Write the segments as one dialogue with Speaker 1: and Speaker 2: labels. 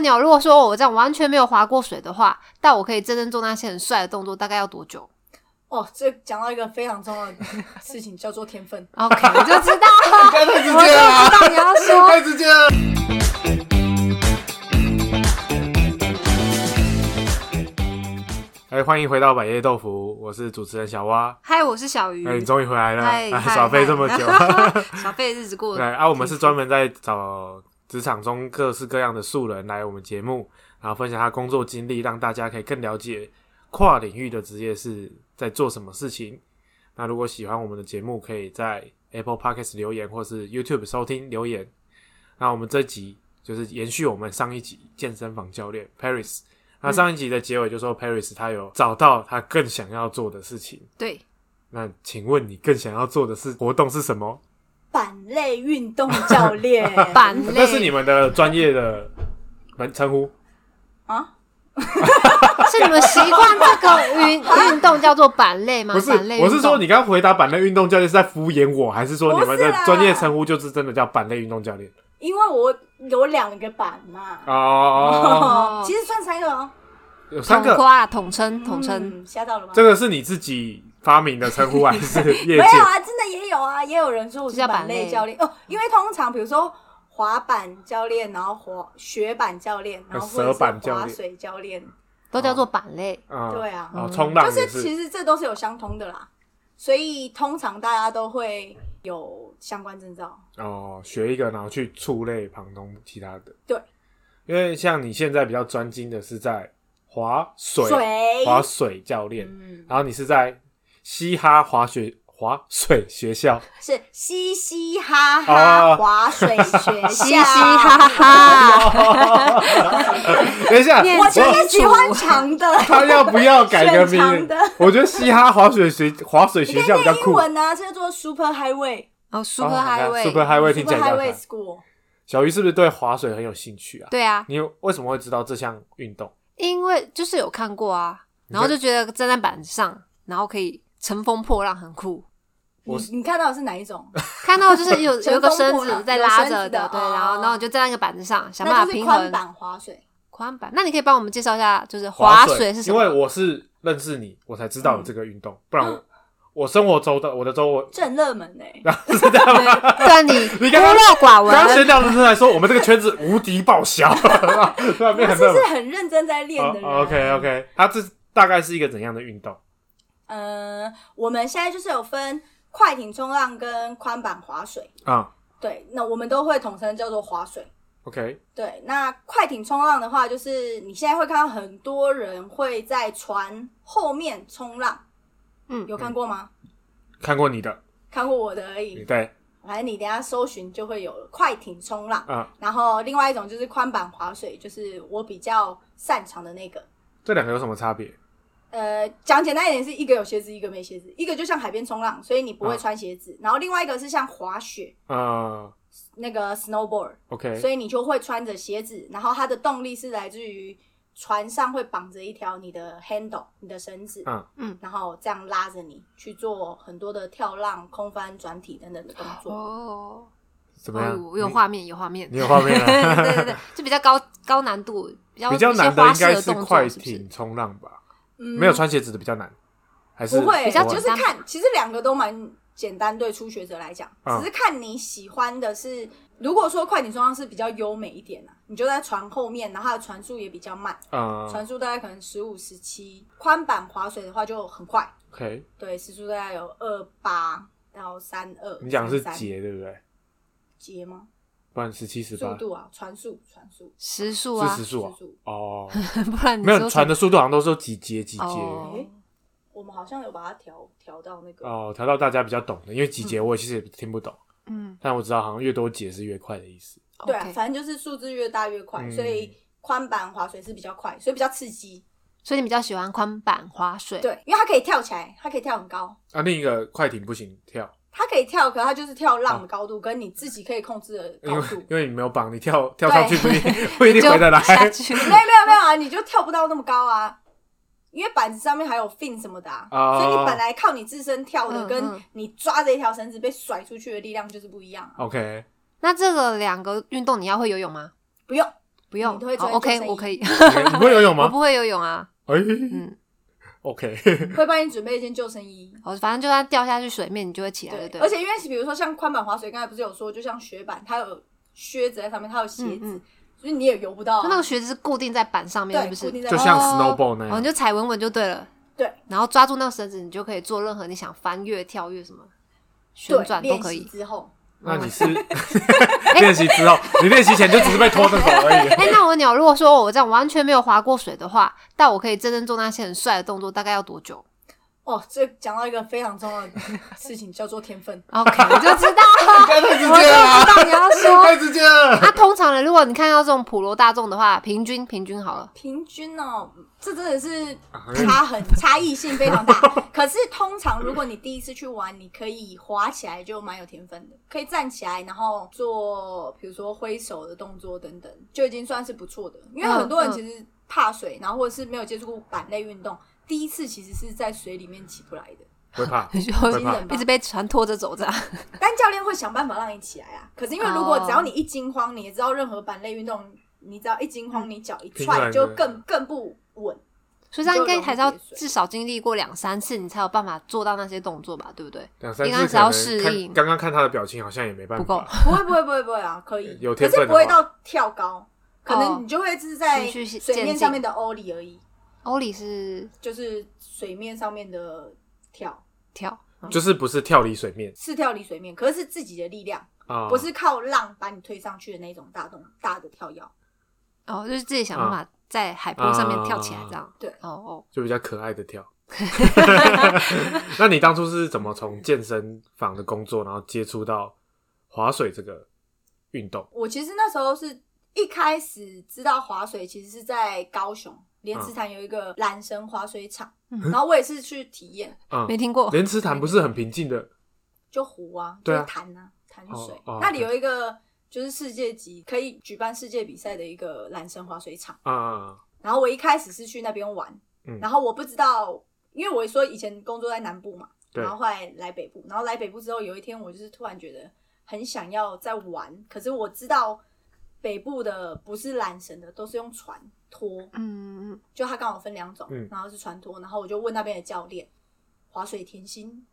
Speaker 1: 鸟，如果说哎我这样完全没有划过水的话，但我可以真正做那些很帅的动作，大概要多久
Speaker 2: 哦，这讲到一个非常重要的事情，叫做天分。
Speaker 1: ？OK，我就知道，
Speaker 3: 你
Speaker 1: 我
Speaker 3: 不要太直接
Speaker 1: 就知
Speaker 3: 了啊，
Speaker 1: 道你要说。
Speaker 3: 太直接了。 哎，欢迎回到百叶豆腐，我是主持人小蛙。
Speaker 1: 嗨，我是小鱼。
Speaker 3: 哎，你终于回来了，
Speaker 1: 嗨
Speaker 3: 哎
Speaker 1: 嗨
Speaker 3: 耍飞这么 久。
Speaker 1: 嗨耍废的日子过
Speaker 3: 对
Speaker 1: 得
Speaker 3: 啊，我们是专门在找职场中各式各样的素人来我们节目，然后分享他工作经历，让大家可以更了解跨领域的职业是在做什么事情。那如果喜欢我们的节目，可以在 Apple Podcast 留言，或是 YouTube 收听留言。那我们这集就是延续我们上一集健身房教练 Paris。那上一集的结尾就说 Paris 他有找到他更想要做的事情。
Speaker 1: 对，
Speaker 3: 那请问你更想要做的是活动是什么？
Speaker 2: 板类运动教练，
Speaker 1: 板类
Speaker 3: 那是你们的专业的门称呼，
Speaker 2: 啊，
Speaker 1: 是你们习惯这个运运动叫做板类吗？
Speaker 3: 不是
Speaker 1: 板类？运
Speaker 3: 我
Speaker 1: 动
Speaker 3: 是说，你刚刚回答板类运动教练是在敷衍我，还是说你们
Speaker 2: 不是
Speaker 3: 的
Speaker 2: 啦
Speaker 3: 专业称呼就是真的叫板类运动教练？
Speaker 2: 因为我有两个板嘛，
Speaker 3: 哦，
Speaker 1: 哦
Speaker 2: 其实算三个哦，
Speaker 3: 有三
Speaker 1: 统
Speaker 3: 个，
Speaker 1: 夸统称统称。
Speaker 2: 嗯吓到了吗？
Speaker 3: 这个是你自己发明的称呼还是业
Speaker 2: 没有
Speaker 3: 界？
Speaker 2: 啊，真的也有啊，也有人说我是
Speaker 1: 就叫板
Speaker 2: 板
Speaker 1: 类
Speaker 2: 类教练哦，因为通常比如说滑板教练，然后滑雪板教练，然后或者
Speaker 3: 哎蛇板
Speaker 2: 是
Speaker 3: 教练
Speaker 2: 滑水教练，
Speaker 1: 都叫做板类。
Speaker 3: 啊
Speaker 2: 对啊
Speaker 3: 哦，冲浪
Speaker 2: 就
Speaker 3: 也
Speaker 2: 是
Speaker 3: 是
Speaker 2: 其实这都是有相通的啦，所以通常大家都会有相关证照。
Speaker 3: 哦，学一个然后去触类旁通其他的。
Speaker 2: 对，
Speaker 3: 因为像你现在比较专精的是在划水，
Speaker 2: 水
Speaker 3: 划水教练，
Speaker 2: 嗯，
Speaker 3: 然后你是在嘻哈滑雪滑水学校。
Speaker 2: 是嘻嘻哈哈
Speaker 3: 哦
Speaker 2: 滑水学校，
Speaker 1: 嘻嘻哈。 哈，
Speaker 3: 等一下，
Speaker 1: 念
Speaker 2: 我就
Speaker 1: 我
Speaker 2: 是喜欢长的，
Speaker 3: 他要不要改个
Speaker 2: 选
Speaker 3: 名
Speaker 2: 长
Speaker 3: 字
Speaker 2: 的？
Speaker 3: 我觉得嘻哈滑水学滑水学校比较
Speaker 2: 英
Speaker 3: 酷。
Speaker 2: 文呢叫做 Super Highway
Speaker 1: 哦，Super
Speaker 3: 好看
Speaker 1: Highway，
Speaker 3: Super Highway 听
Speaker 2: 嗯
Speaker 3: 起
Speaker 2: Super
Speaker 3: 来比较
Speaker 2: Highway
Speaker 3: 酷。
Speaker 2: School。
Speaker 3: 小鱼是不是对滑水很有兴趣啊？
Speaker 1: 对啊，
Speaker 3: 你有为什么会知道这项运动？
Speaker 1: 因为就是有看过啊，
Speaker 3: 你
Speaker 1: 然后就觉得站在板上，然后可以乘风破浪，很酷。
Speaker 3: 我
Speaker 2: 你你看到的是哪一种？
Speaker 1: 看到就是 有有
Speaker 2: 乘风
Speaker 1: 一个
Speaker 2: 破
Speaker 1: 绳
Speaker 2: 浪
Speaker 1: 子在拉着
Speaker 2: 有绳子的
Speaker 1: 对，
Speaker 2: 哦
Speaker 1: 然后然后你就站在那个板子上， 想
Speaker 2: 那
Speaker 1: 办法
Speaker 2: 就是
Speaker 1: 平
Speaker 2: 宽
Speaker 1: 衡
Speaker 2: 板滑水。
Speaker 1: 宽板。那你可以帮我们介绍一下，就是划水是什
Speaker 3: 因为
Speaker 1: 么？
Speaker 3: 我是认识你，我才知道有这个运动，
Speaker 2: 嗯
Speaker 3: 不然我我生活周的我的周围，
Speaker 2: 正热门哎、
Speaker 3: 是这样吗？
Speaker 1: 对你
Speaker 3: 你
Speaker 1: 孤
Speaker 3: 刚刚
Speaker 1: 陋寡
Speaker 3: 刚刚
Speaker 1: 闻，
Speaker 3: 闲聊的时候还说我们这个圈子无敌报 销，突然变
Speaker 2: 他
Speaker 3: 很
Speaker 2: 是
Speaker 3: 热
Speaker 2: 不
Speaker 3: 门哦
Speaker 2: 是。很认真在练的人、啊
Speaker 3: OK OK，它这大概是一个怎样的运动？
Speaker 2: 呃，我们现在就是有分快艇冲浪跟宽板划水，
Speaker 3: 啊、
Speaker 2: 对，那我们都会统称叫做划水。
Speaker 3: o k
Speaker 2: 对，那快艇冲浪的话，就是你现在会看到很多人会在船后面冲浪，
Speaker 1: 嗯
Speaker 2: 有看过吗？
Speaker 3: 看过你的，
Speaker 2: 看过我的而已，
Speaker 3: 对，
Speaker 2: 反正你等一下搜寻就会有了快艇冲浪，
Speaker 3: 啊、
Speaker 2: 然后另外一种就是宽板划水，就是我比较擅长的那个。
Speaker 3: 这两个有什么差别？
Speaker 2: 呃，讲简单一点，是一个有鞋子，一个没鞋子。一个就像海边冲浪，所以你不会穿鞋子；然后另外一个是像滑雪
Speaker 3: 啊
Speaker 2: 那个 snowboard，
Speaker 3: o k
Speaker 2: 所以你就会穿着鞋子。然后它的动力是来自于船上会绑着一条你的 handle，你的绳子，
Speaker 3: 嗯
Speaker 1: 嗯
Speaker 2: 然后这样拉着你去做很多的跳浪、空翻、转体等等的动作。
Speaker 1: 哦，
Speaker 3: 怎么
Speaker 1: 哦
Speaker 3: 样？
Speaker 1: 有有画面有画面
Speaker 3: 你，你有画面
Speaker 1: 对
Speaker 3: 啊？
Speaker 1: 对对对，就比较高高难度，比较
Speaker 3: 比较难
Speaker 1: 的
Speaker 3: 应该
Speaker 1: 是
Speaker 3: 是快艇冲浪吧？
Speaker 2: 嗯
Speaker 3: 没有穿鞋子的比较难，还是
Speaker 2: 不会，
Speaker 1: 比较
Speaker 2: 就是
Speaker 1: 简单
Speaker 2: 看，其实两个都蛮简单，对初学者来讲，
Speaker 3: 嗯
Speaker 2: 只是看你喜欢的是。如果说快艇冲浪是比较优美一点啊，你就在船后面，然后它的船速也比较慢，
Speaker 3: 啊、
Speaker 2: 船速大概可能十五、十七。宽板划水的话就很快，
Speaker 3: o k
Speaker 2: 对，时速大概有二八到三二。
Speaker 3: 你讲的是
Speaker 2: 33
Speaker 3: 节对不对？
Speaker 2: 节吗？
Speaker 3: 不然十七十
Speaker 2: 速
Speaker 3: 八
Speaker 2: 度啊，船速，船速，
Speaker 1: 时速
Speaker 3: 是
Speaker 1: 啊
Speaker 3: 时，速啊
Speaker 2: 时速？
Speaker 3: 哦，
Speaker 1: 不然你
Speaker 3: 没有
Speaker 1: 说
Speaker 3: 船的速度好像都是有几节几节
Speaker 1: 哦
Speaker 2: 诶我们好像有把它调调到那个，
Speaker 3: 哦，调到大家比较懂的，因为几节我其实也听不懂，
Speaker 1: 嗯，
Speaker 3: 但我知道好像越多节是越快的意思。
Speaker 2: 对啊
Speaker 1: OK
Speaker 2: 反正就是数字越大越快，
Speaker 3: 嗯
Speaker 2: 所以宽板划水是比较快，所以比较刺激。
Speaker 1: 所以你比较喜欢宽板划水，
Speaker 2: 对，因为它可以跳起来，它可以跳很高，
Speaker 3: 啊，另一个快艇不行跳，
Speaker 2: 它可以跳，可它就是跳浪的高度，跟你自己可以控制的
Speaker 3: 哦因
Speaker 2: 高
Speaker 3: 为
Speaker 2: 度。
Speaker 3: 因为你没有绑，你跳跳上去不一定 不一
Speaker 1: 就
Speaker 3: 定回得来。
Speaker 1: 下 去。
Speaker 2: 没有没有没有啊，你就跳不到那么高啊，因为板子上面还有 fin 什么的、啊
Speaker 3: 哦
Speaker 2: 所以你本来靠你自身跳
Speaker 1: 嗯
Speaker 2: 的，跟
Speaker 1: 嗯
Speaker 2: 你抓着一条绳子被甩出去的力量就是不一样啊、
Speaker 3: OK，
Speaker 1: 那这个两个运动你要会游泳吗？
Speaker 2: 不用，
Speaker 1: 不用
Speaker 2: 你都会
Speaker 1: 好
Speaker 2: 穿救
Speaker 1: ，OK，
Speaker 2: 生衣
Speaker 1: 我可以，
Speaker 3: 你会游 泳
Speaker 1: 我
Speaker 3: 吗？
Speaker 1: 不会游泳啊，
Speaker 3: 哎、
Speaker 1: 嗯
Speaker 3: o k
Speaker 2: 会帮你准备一件救生衣。
Speaker 1: 我哦反正就算掉下去水面，你就会起来
Speaker 2: 对
Speaker 1: 就，对了。
Speaker 2: 而且因为比如说像宽板滑水，刚才不是有说，就像雪板，它有靴子在上面，它有鞋子，
Speaker 1: 嗯嗯
Speaker 2: 所以你也游不到、啊。
Speaker 1: 就那个靴子是固定在板上面，是不
Speaker 2: 对，固
Speaker 1: 是？
Speaker 2: 定在
Speaker 3: 就像
Speaker 1: 哦
Speaker 3: snowball 那
Speaker 1: 哦，
Speaker 3: 样
Speaker 1: 你。就踩稳稳就对了。
Speaker 2: 对，
Speaker 1: 然后抓住那个绳子，你就可以做任何你想翻越、跳跃什么旋
Speaker 2: 对
Speaker 1: 转都
Speaker 2: 练
Speaker 1: 可
Speaker 2: 习
Speaker 1: 以。
Speaker 2: 之后，
Speaker 3: 那你是
Speaker 1: 哦
Speaker 3: 练习之后，你练习前就只是被拖着走而已。
Speaker 1: 哎、那我问你哦，如果说我这样完全没有划过水的话，但我可以真正做那些很帅的动作，大概要多久
Speaker 2: 哦，这讲到一个非常重要的事情，叫做天分。
Speaker 1: ？OK，我就知道，
Speaker 3: 太直
Speaker 1: 我就
Speaker 3: 接了，啊
Speaker 1: 知道你要说。
Speaker 3: 太直接了。
Speaker 1: 那、通常呢，如果你看到这种普罗大众的话，平均平均好了，
Speaker 2: 平均哦，这真的是差很差异性非常大。可是通常如果你第一次去玩，你可以滑起来就蛮有天分的，可以站起来，然后做比如说挥手的动作等等，就已经算是不错的。因为很多
Speaker 1: 嗯
Speaker 2: 人
Speaker 1: 嗯
Speaker 2: 其实怕水，然后或者是没有接触过板类运动，第一次其实是在水里面起不来的。
Speaker 3: 会怕，
Speaker 1: 你就
Speaker 3: 会怕
Speaker 1: 一直被船拖着走这样。
Speaker 2: 但教练会想办法让你起来啊。可是因为如果
Speaker 1: 哦
Speaker 2: 只要你一惊慌，你也知道任何板类运动，你只要一惊慌，你脚一
Speaker 3: 平衡
Speaker 2: 踹
Speaker 3: 的
Speaker 2: 就更更不稳。
Speaker 1: 所以这样应该还是要
Speaker 2: 就容易跌
Speaker 1: 至
Speaker 2: 水
Speaker 1: 少经历过两三次，你才有办法做到那些动作吧，对不对？
Speaker 3: 两三
Speaker 1: 应该
Speaker 3: 次
Speaker 1: 是要
Speaker 3: 可
Speaker 1: 适
Speaker 3: 能看
Speaker 1: 应
Speaker 3: 刚刚看他的表情，好像也没办法。
Speaker 1: 不够
Speaker 2: 不会不会不会不会啊，可以，
Speaker 3: 有
Speaker 2: 可
Speaker 3: 天分
Speaker 2: 是
Speaker 3: 的
Speaker 2: 不会
Speaker 3: 话
Speaker 2: 到跳高，可
Speaker 1: 哦
Speaker 2: 能你就会是在
Speaker 1: 循序
Speaker 2: 水
Speaker 1: 渐
Speaker 2: 面
Speaker 1: 进
Speaker 2: 上面的欧里而已，
Speaker 1: 欧里哦是
Speaker 2: 就是水面上面的跳。
Speaker 1: 跳，嗯
Speaker 3: 就是不是跳离水面
Speaker 2: 是跳离水面，可是是自己的力量，
Speaker 3: 啊，
Speaker 2: 不是靠浪把你推上去的那种大动大的跳跃。
Speaker 1: 哦，就是自己想办
Speaker 3: 啊
Speaker 1: 法在海坡上面跳起来这样。
Speaker 2: 啊对
Speaker 1: 哦哦，
Speaker 3: 就比较可爱的 跳。那你当初是怎么从健身房的工作，然后接触到划水这个运动？
Speaker 2: 我其实那时候是一开始知道划水，其实是在高雄莲
Speaker 3: 嗯
Speaker 2: 池潭有一个蓝神划水场，
Speaker 1: 嗯
Speaker 2: 然后我也是去体验，
Speaker 3: 嗯
Speaker 1: 没，听过。
Speaker 3: 莲池潭不是很平静的
Speaker 2: 就湖啊，就
Speaker 3: 对
Speaker 2: 是
Speaker 3: 啊
Speaker 2: 潭啊，潭水，
Speaker 3: 哦哦
Speaker 2: 那里有一个就是世界级可以举办世界比赛的一个蓝神划水场，
Speaker 3: 啊，
Speaker 2: 然后我一开始是去那边玩，
Speaker 3: 嗯
Speaker 2: 然后我不知道，因为我说以前工作在南部嘛，
Speaker 3: 对
Speaker 2: 然后后来来北部，然后来北部之后，有一天我就是突然觉得很想要在玩，可是我知道北部的不是缆绳的，都是用船拖，
Speaker 1: 嗯，嗯
Speaker 2: 就它刚好分两种，
Speaker 3: 嗯
Speaker 2: 然后是船拖，然后我就问那边的教练，划水甜心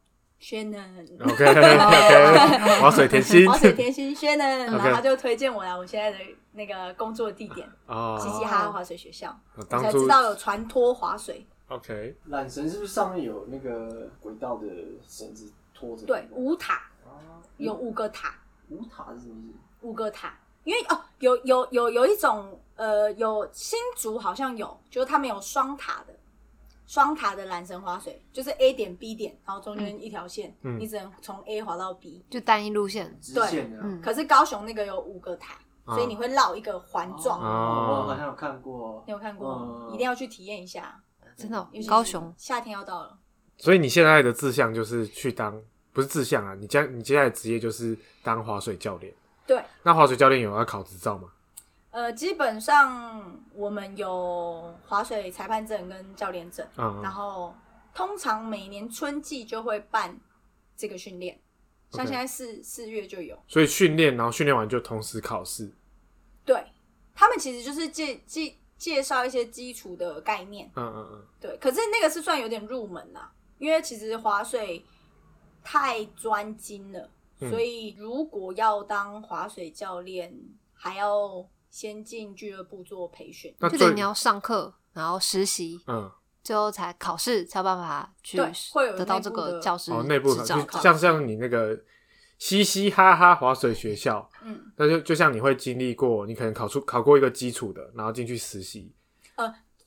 Speaker 2: Shannon。
Speaker 3: OK OK，划水甜心
Speaker 2: 哦划水甜心 Shannon，然
Speaker 3: OK
Speaker 2: 后他就推荐我来我现在的那个工作地点——嘻
Speaker 3: 哦，
Speaker 2: 嘻哈哈划水学校，我
Speaker 3: 当
Speaker 2: 才
Speaker 3: 初
Speaker 2: 知道有船拖划水。
Speaker 3: OK，
Speaker 4: 缆绳是不是上面有那个轨道的绳子拖着？
Speaker 2: 对，五塔
Speaker 4: 啊，
Speaker 2: 有五个塔，
Speaker 4: 五塔是什么意思？
Speaker 2: 五个塔，因为哦，有有有有一种呃，有新竹好像有，就是他们有双塔的，双塔的缆绳划水，就是 A 点 B 点，然后中间一条线，
Speaker 3: 嗯
Speaker 2: 你只能从 A 滑到 B。
Speaker 1: 就单一路线。
Speaker 4: 直线的啊。
Speaker 1: 嗯，
Speaker 2: 可是高雄那个有五个塔，
Speaker 3: 啊
Speaker 2: 所以你会绕一个环状。
Speaker 4: 哦，我好像有看过
Speaker 2: 你。有看过
Speaker 4: 嗯？
Speaker 2: 一定要去体验一下，
Speaker 1: 真的哦
Speaker 2: 尤其是
Speaker 1: 哦高雄
Speaker 2: 夏天要到了。
Speaker 3: 所以你现在的志向就是去当不是志向啊，你将你接下来的职业就是当划水教练。
Speaker 2: 对，
Speaker 3: 那划水教练有要考执照吗？
Speaker 2: 呃，基本上我们有划水裁判证跟教练证，
Speaker 3: 嗯
Speaker 2: 然
Speaker 3: 嗯
Speaker 2: 后通常每年春季就会办这个训练，像
Speaker 3: OK
Speaker 2: 现在四四月就有。
Speaker 3: 所以训练，然后训练完就同时考试。
Speaker 2: 对他们其实就是介介介绍一些基础的概念，
Speaker 3: 嗯嗯嗯，
Speaker 2: 对。可是那个是算有点入门啦，因为其实划水太专精了，
Speaker 3: 嗯
Speaker 2: 所以如果要当划水教练，还要先进俱乐部做培训。
Speaker 3: 那
Speaker 1: 就
Speaker 3: 最
Speaker 1: 得你要上课，然后实习，
Speaker 3: 嗯
Speaker 1: 最后才考试，才有办法去
Speaker 2: 对会有
Speaker 1: 得到
Speaker 2: 内部
Speaker 1: 这个
Speaker 2: 的
Speaker 1: 教师
Speaker 3: 哦，内部
Speaker 1: 执
Speaker 3: 考
Speaker 1: 照。
Speaker 3: 就像像你那个嘻嘻哈哈划水学校，
Speaker 2: 嗯，
Speaker 3: 那就就像你会经历过，你可能考出考过一个基础的，然后进去实习，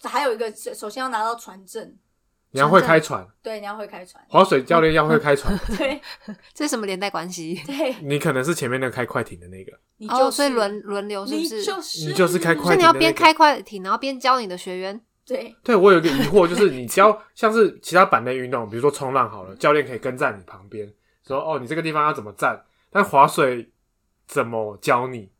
Speaker 2: 还有一个，首先要拿到船证，
Speaker 3: 你要会开船，
Speaker 2: 对，你要会开船，
Speaker 3: 划水教练要会开船，
Speaker 2: 对
Speaker 1: 这是什么连带关系？
Speaker 2: 对，
Speaker 3: 你可能是前面那个开快艇的那个，
Speaker 2: 你就是、
Speaker 1: 哦，所以轮轮流是不是？
Speaker 2: 你就是
Speaker 3: 你就是开
Speaker 1: 所
Speaker 3: 快
Speaker 1: 以
Speaker 3: 艇
Speaker 1: 你
Speaker 3: 的那
Speaker 1: 要
Speaker 3: 个
Speaker 1: 边开快艇，然后边教你的学员。
Speaker 2: 对
Speaker 3: 对我有一个疑惑，就是你教像是其他板类运动，比如说冲浪
Speaker 1: 嗯
Speaker 3: 好了，教练可以跟在你旁边说哦，你这个地方要怎么站，但划水怎么教你？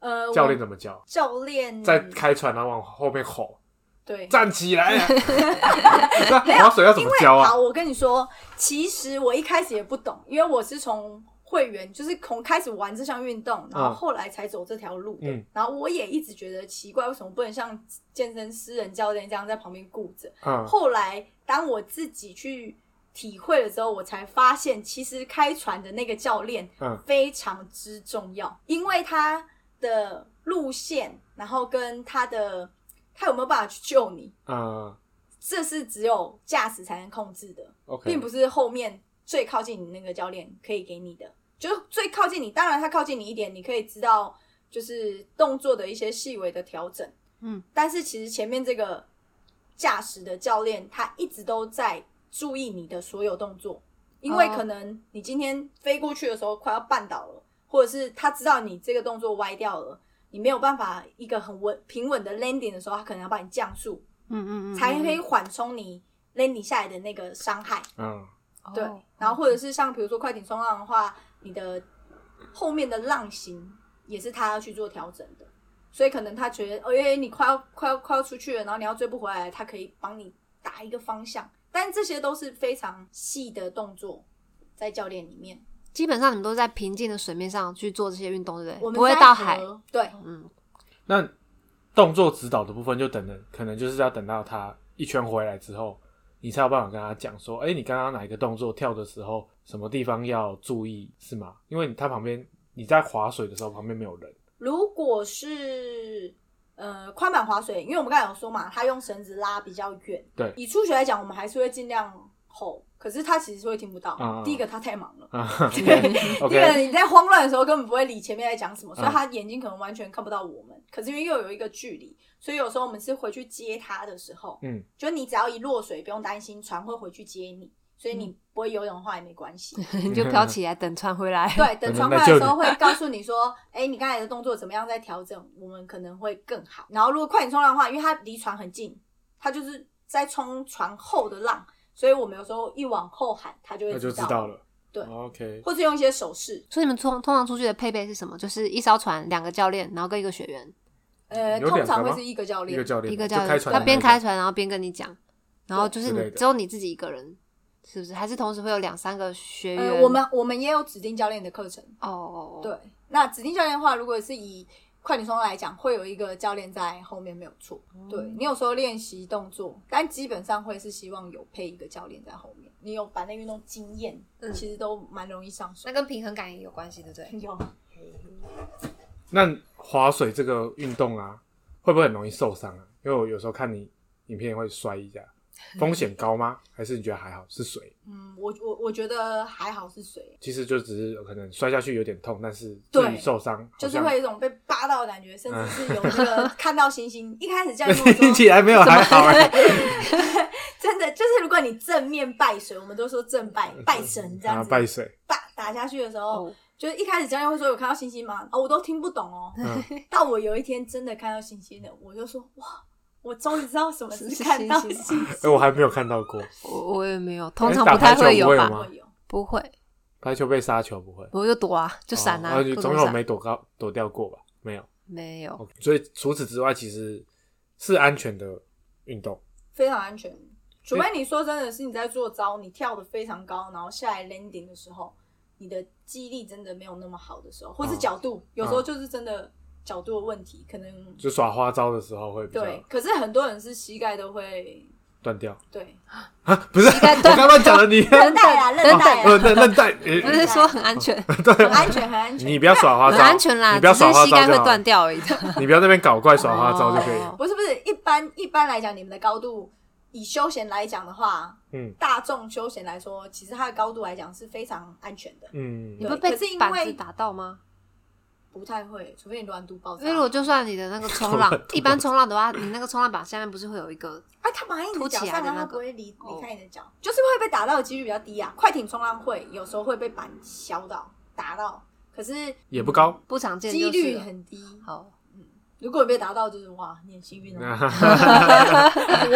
Speaker 1: 嗯
Speaker 2: 呃
Speaker 3: 教练
Speaker 2: 我
Speaker 3: 怎么教？
Speaker 2: 教练
Speaker 3: 在开船然后往后面吼
Speaker 2: 对。
Speaker 3: 站起 来啊，那划水要怎么教啊？
Speaker 2: 好，我跟你说，其实我一开始也不懂，因为我是从会员，就是从开始玩这项运动，然后后来才走这条路的。
Speaker 3: 嗯
Speaker 2: 然后我也一直觉得奇怪，为什么不能像健身私人教练这样在旁边顾着？
Speaker 3: 嗯，
Speaker 2: 后来当我自己去体会了之后，我才发现，其实开船的那个教练
Speaker 3: 嗯
Speaker 2: 非常之重要，因为他的路线，然后跟他的他有没有办法去救你，
Speaker 3: 嗯
Speaker 2: 这是只有驾驶才能控制的。
Speaker 3: ，OK，
Speaker 2: 并不是后面最靠近你那个教练可以给你的，就是最靠近你。当然，他靠近你一点，你可以知道就是动作的一些细微的调整。
Speaker 1: 嗯，
Speaker 2: 但是其实前面这个驾驶的教练，他一直都在注意你的所有动作，因为
Speaker 1: 哦
Speaker 2: 可能你今天飞过去的时候快要绊倒了，或者是他知道你这个动作歪掉了。你没有办法一个很稳平稳的 landing 的时候，他可能要把你降速，
Speaker 1: 嗯嗯嗯，
Speaker 2: 才可以缓冲你 landing 下来的那个伤害。
Speaker 3: 嗯
Speaker 1: 哦
Speaker 2: 对，然后或者是像比如说快艇冲浪的话，你的后面的浪型也是他要去做调整的，所以可能他觉得，哦，因为你快要快要快要出去了，然后你要追不回来，他可以帮你打一个方向，但这些都是非常细的动作，在教练里面，
Speaker 1: 基本上你们都是在平静的水面上去做这些运动，对不对？
Speaker 2: 我们
Speaker 1: 不会
Speaker 2: 在
Speaker 1: 到
Speaker 2: 河
Speaker 1: 海，，
Speaker 2: 对，
Speaker 1: 嗯，
Speaker 3: 那动作指导的部分就等了，可能就是要等到他一圈回来之后，你才有办法跟他讲说，哎、你刚刚哪一个动作跳的时候，什么地方要注意，是吗？因为你他旁边你在划水的时候，旁边没有人，
Speaker 2: 如果是呃宽板划水，因为我们刚才有说嘛，他用绳子拉比较远。
Speaker 3: 对
Speaker 2: 以初学来讲，我们还是会尽量吼，可是他其实是会听不到。
Speaker 3: 嗯嗯
Speaker 2: 第一个他太忙了。
Speaker 3: 啊
Speaker 2: 第二，
Speaker 3: ，OK，嗯
Speaker 2: 你在慌乱的时候根本不会理前面在讲什么，所以他眼睛可能完全看不到我们。可是因为又有一个距离，所以有时候我们是回去接他的时候，
Speaker 3: 嗯，
Speaker 2: 就你只要一落水，不用担心船会回去接你，所以你
Speaker 3: 嗯
Speaker 2: 不会游泳的话也没关 系。
Speaker 1: 你就飘起来等船回来。
Speaker 2: 对，
Speaker 3: 等
Speaker 2: 等
Speaker 3: 人
Speaker 2: 传
Speaker 3: 来
Speaker 2: 回来的
Speaker 3: 救你
Speaker 2: 时候会告诉你说，哎、你刚才的动作怎么样，再调整，我们可能会更好。然后如果快点冲浪的话，因为它离船很近，它就是在冲船后的浪，所以我们有时候一往后喊，它就会
Speaker 3: 那就知
Speaker 2: 道，
Speaker 3: 道了，哦
Speaker 2: 对
Speaker 3: ，OK，
Speaker 2: 或是用一些手势，
Speaker 1: 所以你们通通常出去的配备是什么？就是一艘船，两个教练，然后跟一个学员，
Speaker 2: 呃，
Speaker 3: 有两个
Speaker 2: 通常会
Speaker 3: 吗
Speaker 2: 是一个教
Speaker 3: 一个
Speaker 2: 练，
Speaker 3: 教练，
Speaker 1: 一个
Speaker 3: 就
Speaker 1: 教
Speaker 3: 开
Speaker 1: 练
Speaker 3: 船
Speaker 1: 要
Speaker 3: 的
Speaker 1: 边
Speaker 3: 那个
Speaker 1: 开船，然后边跟你讲，然后就是
Speaker 3: 之类
Speaker 1: 你
Speaker 3: 的
Speaker 1: 只有你自己一个人，是不是？还是同时会有两三个学员？
Speaker 2: 呃，我们我们也有指定教练的课程。
Speaker 1: 哦哦，哦
Speaker 2: 对，那指定教练的话，如果是以快点冲浪来讲，会有一个教练在后面没有错。对你有时候练习动作，但基本上会是希望有配一个教练在后面。你有把那运动经验，
Speaker 1: 嗯
Speaker 2: 其实都蛮容易上手。
Speaker 1: 那跟平衡感也有关系，对不对？
Speaker 2: 有，
Speaker 3: 那划水这个运动啊，会不会很容易受伤啊？因为我有时候看你影片会摔一下，风险高吗？还是你觉得还好？是水，
Speaker 2: 嗯，我我我觉得还好是水，
Speaker 3: 其实就只是可能摔下去有点痛，但是至
Speaker 2: 对
Speaker 3: 于受伤，
Speaker 2: 就是
Speaker 3: 好像
Speaker 2: 会有一种被扒到的感觉，甚至是有那个看到星星。一开始教练跟我
Speaker 3: 听
Speaker 2: 说，
Speaker 3: 起来没有还好、欸，
Speaker 2: 真的就是如果你正面拜水，我们都说正拜拜神这样
Speaker 3: 啊，
Speaker 2: 子，
Speaker 3: 拜水，
Speaker 2: 打打下去的时 候
Speaker 1: 哦，
Speaker 2: 就是一开始教练会说有看到星星吗？哦，我都听不懂哦。
Speaker 3: 嗯，
Speaker 2: 到我有一天真的看到星星了，我就说哇，我终于知道什么是看到星星。
Speaker 3: 哎我还没有看到过，
Speaker 1: 我我也没有，通
Speaker 3: 哎
Speaker 1: 常
Speaker 3: 打
Speaker 1: 不太
Speaker 3: 排球
Speaker 1: 会有
Speaker 3: 不会
Speaker 1: 吧
Speaker 3: 吗？
Speaker 2: 会有，
Speaker 1: 不会，
Speaker 3: 排球被杀球不会，
Speaker 1: 我就躲啊，就闪啊，各
Speaker 3: 哦你
Speaker 1: 种
Speaker 3: 总有
Speaker 1: 闪
Speaker 3: 没躲高躲掉过吧？没有
Speaker 1: 没
Speaker 2: 哦
Speaker 1: 有。
Speaker 3: ，OK，所以除此之外，其实是安全的运动，
Speaker 2: 非常安全。除非你说真的是你在做招，你跳的非常高，然后下来 landing 的时候，你的肌力真的没有那么好的时候，或
Speaker 3: 嗯
Speaker 2: 是角度，有时候就是真的角度的问题，可能
Speaker 3: 就耍花招的时候会比较
Speaker 2: 对。可是很多人是膝盖都会
Speaker 3: 断掉
Speaker 2: 对
Speaker 3: 啊，不是，我
Speaker 1: 盖断
Speaker 3: 刚刚讲 了你，哦
Speaker 2: 韧带啊，韧带
Speaker 3: 呃，
Speaker 2: 啊，
Speaker 3: 韧韧带，呃
Speaker 1: 不是说很安全，
Speaker 2: 很安全，很安全。
Speaker 3: 你不要耍花
Speaker 1: 很
Speaker 3: 招，
Speaker 1: 安全啦，
Speaker 3: 你不要
Speaker 1: 只
Speaker 3: 耍
Speaker 1: 是
Speaker 3: 花
Speaker 1: 膝盖
Speaker 3: 招
Speaker 1: 会
Speaker 3: 就好，
Speaker 1: 断掉而已。
Speaker 3: 你不要在那边搞怪耍花招就可以了。
Speaker 1: 哦
Speaker 2: 不是不是，一般一般来讲，你们的高度以休闲来讲的话，
Speaker 3: 嗯
Speaker 2: 大众休闲来说，其实它的高度来讲是非常安全的，
Speaker 3: 嗯
Speaker 1: 你，会
Speaker 2: 可
Speaker 1: 被
Speaker 2: 是因为
Speaker 1: 板子打到吗？
Speaker 2: 不太会，除非你乱度爆炸。
Speaker 1: 因为如果就算你的那个冲
Speaker 3: 冲
Speaker 1: 浪
Speaker 3: 浪，
Speaker 1: 一般冲浪的话，你那个冲浪板下面不是会有一个？
Speaker 2: 哎，它绑在你的
Speaker 1: 凸
Speaker 2: 脚
Speaker 1: 起来
Speaker 2: 上，
Speaker 1: 的
Speaker 2: 让
Speaker 1: 那
Speaker 2: 它
Speaker 1: 个
Speaker 2: 不会离
Speaker 1: 哦
Speaker 2: 离开你的脚，就是会被打到的几率比较低啊。快艇冲浪会有时候会被板削到、打到，可是
Speaker 3: 也不高，
Speaker 1: 不常见，
Speaker 2: 几
Speaker 1: 就是
Speaker 2: 率
Speaker 1: 了
Speaker 2: 很低。
Speaker 1: 好。
Speaker 2: 如果你被打到，就是哇，你很幸运哦。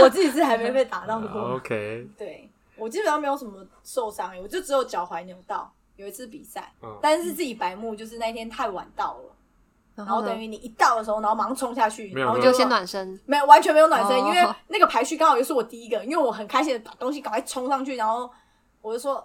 Speaker 2: 我自己是还没被打到
Speaker 3: 哦
Speaker 2: 过。
Speaker 3: OK，
Speaker 2: 对我基本上没有什么受伤，我就只有脚踝扭到。有一次比赛，
Speaker 3: 嗯
Speaker 2: 但是自己白目，就是那天太晚到了，
Speaker 1: 然
Speaker 2: 然后
Speaker 1: 后
Speaker 2: 等
Speaker 1: 呢，
Speaker 2: 于你一到的时候，然后马上冲下去，
Speaker 3: 没有
Speaker 2: 然后
Speaker 1: 就先，暖身，
Speaker 2: 没有完全没有暖身，
Speaker 1: 哦
Speaker 2: 因为那个排序刚好又是我第一个，因为我很开心的把东西赶快冲上去，然后我就说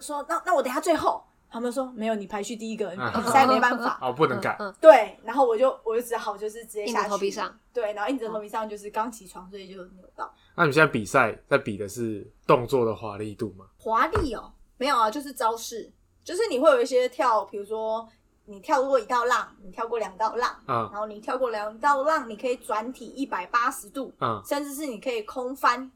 Speaker 2: 说那那我等一下最后，他们说没有，你排序第一个，
Speaker 1: 啊
Speaker 3: 嗯
Speaker 2: 比赛没办法。
Speaker 3: 哦，不能改，
Speaker 1: 嗯，
Speaker 2: 对，然后我就我就只好就是直接
Speaker 1: 硬
Speaker 2: 下
Speaker 1: 着
Speaker 2: 去，
Speaker 1: 头皮上。嗯
Speaker 2: 对，然后硬着头皮上就是刚起床，所以就扭到
Speaker 3: 那你们现在比赛在比的是动作的华丽度吗？
Speaker 2: 华丽哦，没有啊，就是招式，就是你会有一些跳，比如说你跳过一道浪，你跳过两道浪，
Speaker 3: 嗯
Speaker 2: 然后你跳过两道浪，你可以转体一百八十度，
Speaker 3: 嗯
Speaker 2: 甚至是你可以空翻，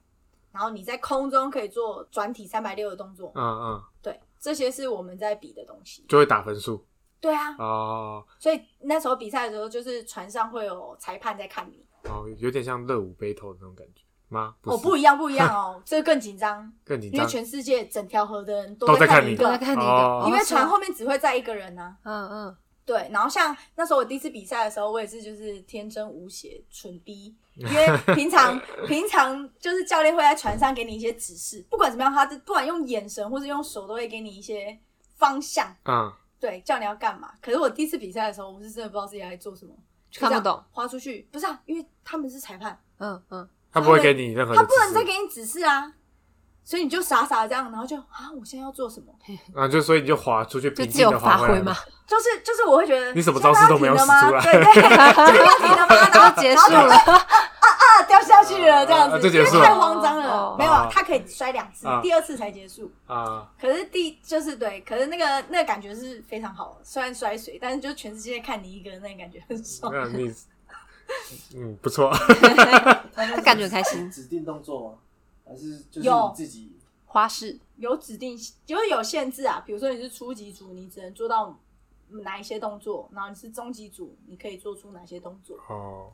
Speaker 2: 然后你在空中可以做转体三百六的动作，
Speaker 3: 嗯嗯，
Speaker 2: 对，这些是我们在比的东西。
Speaker 3: 就会打分数
Speaker 2: 对啊，
Speaker 3: 哦
Speaker 2: 所以那时候比赛的时候，就是船上会有裁判在看你。
Speaker 3: 哦，有点像热舞 battle 那种感觉吗？
Speaker 2: 哦，
Speaker 3: 是
Speaker 2: 不一样，不一样 哦，这个更紧张，
Speaker 3: 更紧
Speaker 2: 因为
Speaker 3: 张
Speaker 2: 全世界整条河的人都
Speaker 3: 都在看
Speaker 2: 看你一
Speaker 3: 你
Speaker 1: 我来
Speaker 2: 个，
Speaker 1: 看你一
Speaker 3: 哦
Speaker 1: 个，
Speaker 2: 因为
Speaker 1: 传
Speaker 2: 船后面只会载一个人啊呢、
Speaker 1: 嗯嗯，
Speaker 2: 对，然后像那时候我第一次比赛的时候，我也是就是天真无邪、蠢 逼，因为平常平常就是教练会在船上给你一些指示，不管怎么样，他就不管用眼神或是用手都会给你一些方向，
Speaker 3: 嗯，
Speaker 2: 对，叫你要干嘛。可是我第一次比赛的时候，我是真的不知道自己在做什么，就
Speaker 1: 看不
Speaker 2: 这样
Speaker 1: 懂，
Speaker 2: 划出去不是啊，因为他们是裁判，
Speaker 1: 嗯嗯，
Speaker 3: 他不会给你任何的
Speaker 2: 他
Speaker 3: 指
Speaker 2: 不能再
Speaker 3: 示，
Speaker 2: 给你指示啊，所以你就傻傻的这样，然后就啊，我现在要做什么？
Speaker 3: 啊，就所以你就滑出去，
Speaker 1: 就
Speaker 3: 平
Speaker 1: 自
Speaker 3: 静
Speaker 1: 由
Speaker 3: 的
Speaker 1: 发
Speaker 3: 回来
Speaker 1: 挥嘛
Speaker 3: 了。，
Speaker 2: 就是就是，我会觉得
Speaker 3: 你什么招式都没有使出来
Speaker 2: 现在要停了吗对对， 就是要停了吗？ 然后
Speaker 1: 然后结束了，
Speaker 2: 啊掉下去了这样子，
Speaker 3: 啊这结束
Speaker 2: 因
Speaker 3: 了
Speaker 2: 为太慌张了，
Speaker 1: 哦
Speaker 2: 没有
Speaker 3: 哦
Speaker 2: 啊，他可以摔两次，
Speaker 3: 啊
Speaker 2: 第二次才结束。
Speaker 3: 啊，
Speaker 2: 可是第就是对，可是那个那个感觉是非常好的，虽然摔水，但是就全世界看你一个人，那个感觉很爽。
Speaker 3: 那你嗯不错，
Speaker 1: 他感觉很开心。
Speaker 4: 指定动作吗？还是就是
Speaker 2: 有
Speaker 4: 你自己？
Speaker 1: 花式，
Speaker 2: 有指定就是有限制啊，比如说你是初级组，你只能做到哪一些动作，然后你是中级组，你可以做出哪些动作。
Speaker 3: 哦，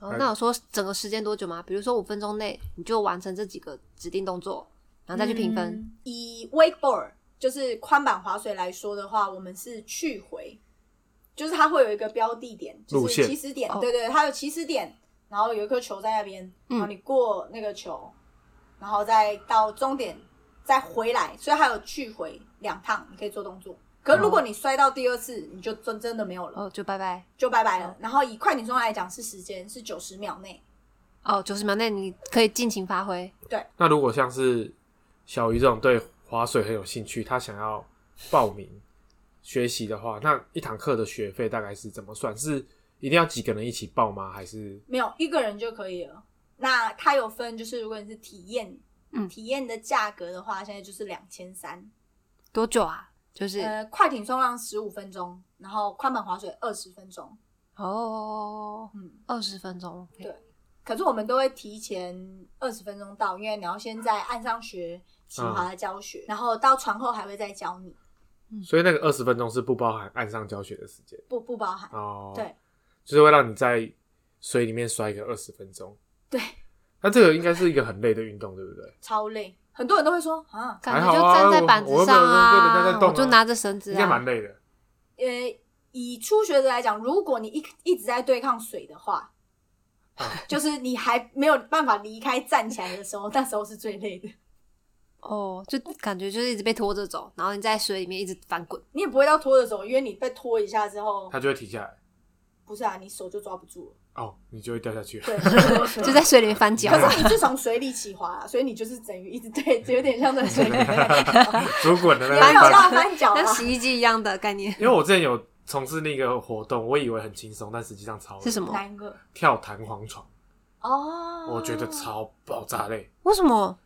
Speaker 1: 哦
Speaker 3: 哎，
Speaker 1: 那有说整个时间多久吗？比如说五分钟内你就完成这几个指定动作，然后再去评分。
Speaker 2: 嗯以 wakeboard 就是宽板滑水来说的话，我们是去回，就是它会有一个标的点，就
Speaker 3: 路线
Speaker 2: 是起始点
Speaker 1: 哦，
Speaker 2: 对对，它有起始点，然后有一颗球在那边，
Speaker 1: 嗯
Speaker 2: 然后你过那个球，然后再到终点再回来，所以它有去回两趟，你可以做动作。可
Speaker 1: 哦
Speaker 2: 是如果你摔到第二次，你就真真的没有了，
Speaker 1: 哦，就拜拜。
Speaker 2: 就拜拜了。然后以快艇中来讲是时间是九十秒内，
Speaker 1: 哦，九十秒内你可以尽情发挥。
Speaker 3: 那如果像是小鱼这种对划水很有兴趣，他想要报名学习的话，那一堂课的学费大概是怎么算？是一定要几个人一起报吗？还是
Speaker 2: 没有一个人就可以了。那它有分，就是如果你是体验，
Speaker 1: 嗯
Speaker 2: 体验的价格的话，现在就是两千三。
Speaker 1: 多久啊？就是、
Speaker 2: 呃，快艇冲浪十五分钟，然后宽板滑水二十分钟。
Speaker 1: 哦，
Speaker 2: 嗯，
Speaker 1: 二十分钟。OK
Speaker 2: 对可是我们都会提前二十分钟到，因为你要先在岸上学起
Speaker 1: 啊
Speaker 2: 滑的教学，然后到船后还会再教你，
Speaker 3: 所以那个二十分钟是不包含岸上教学的时间
Speaker 2: 不不包含。
Speaker 3: 哦，
Speaker 2: 对，
Speaker 3: 就是会让你在水里面摔个二十分钟。
Speaker 2: 对，
Speaker 3: 那这个应该是一个很累的运动，对不对？
Speaker 2: 超累。很多人都会说啊，
Speaker 1: 感觉
Speaker 3: 还
Speaker 1: 就
Speaker 3: 好啊
Speaker 1: 站在板子上
Speaker 3: 我我又没有跟人家在动
Speaker 1: 我
Speaker 3: 啊
Speaker 1: 就拿着绳子
Speaker 3: 应该蛮
Speaker 1: 啊。
Speaker 3: 累的。
Speaker 2: 呃，以初学者来讲，如果你一一直在对抗水的话，
Speaker 3: 嗯
Speaker 2: 就是你还没有办法离开站起来的时候，那时候是最累的。
Speaker 1: 哦，就感觉就是一直被拖着走，然后你在水里面一直翻滚。
Speaker 2: 你也不会到拖着走，因为你被拖一下之后，
Speaker 3: 它就会停下来，
Speaker 2: 不是啊，你手就抓不 住了。
Speaker 3: 哦，你就会掉下去。
Speaker 2: 对，啊
Speaker 1: 就在水里面翻脚。
Speaker 3: 啊
Speaker 2: 可是你是从水里起滑、啊，所以你就是等于一直对，有点像在水 里面，
Speaker 3: 主管的
Speaker 2: 你没
Speaker 3: 那
Speaker 2: 有
Speaker 3: 个
Speaker 1: 翻脚
Speaker 2: 到
Speaker 3: 感觉，
Speaker 2: 翻脚啊
Speaker 1: 跟。洗衣机一样的概念
Speaker 3: 因为我之前有从事那个活动，我以为很轻松，但实际上超累
Speaker 1: 是什么？
Speaker 2: 哪一个？
Speaker 3: 跳弹簧床，
Speaker 2: 哦，
Speaker 3: 我觉得超爆炸累。
Speaker 1: 为什么？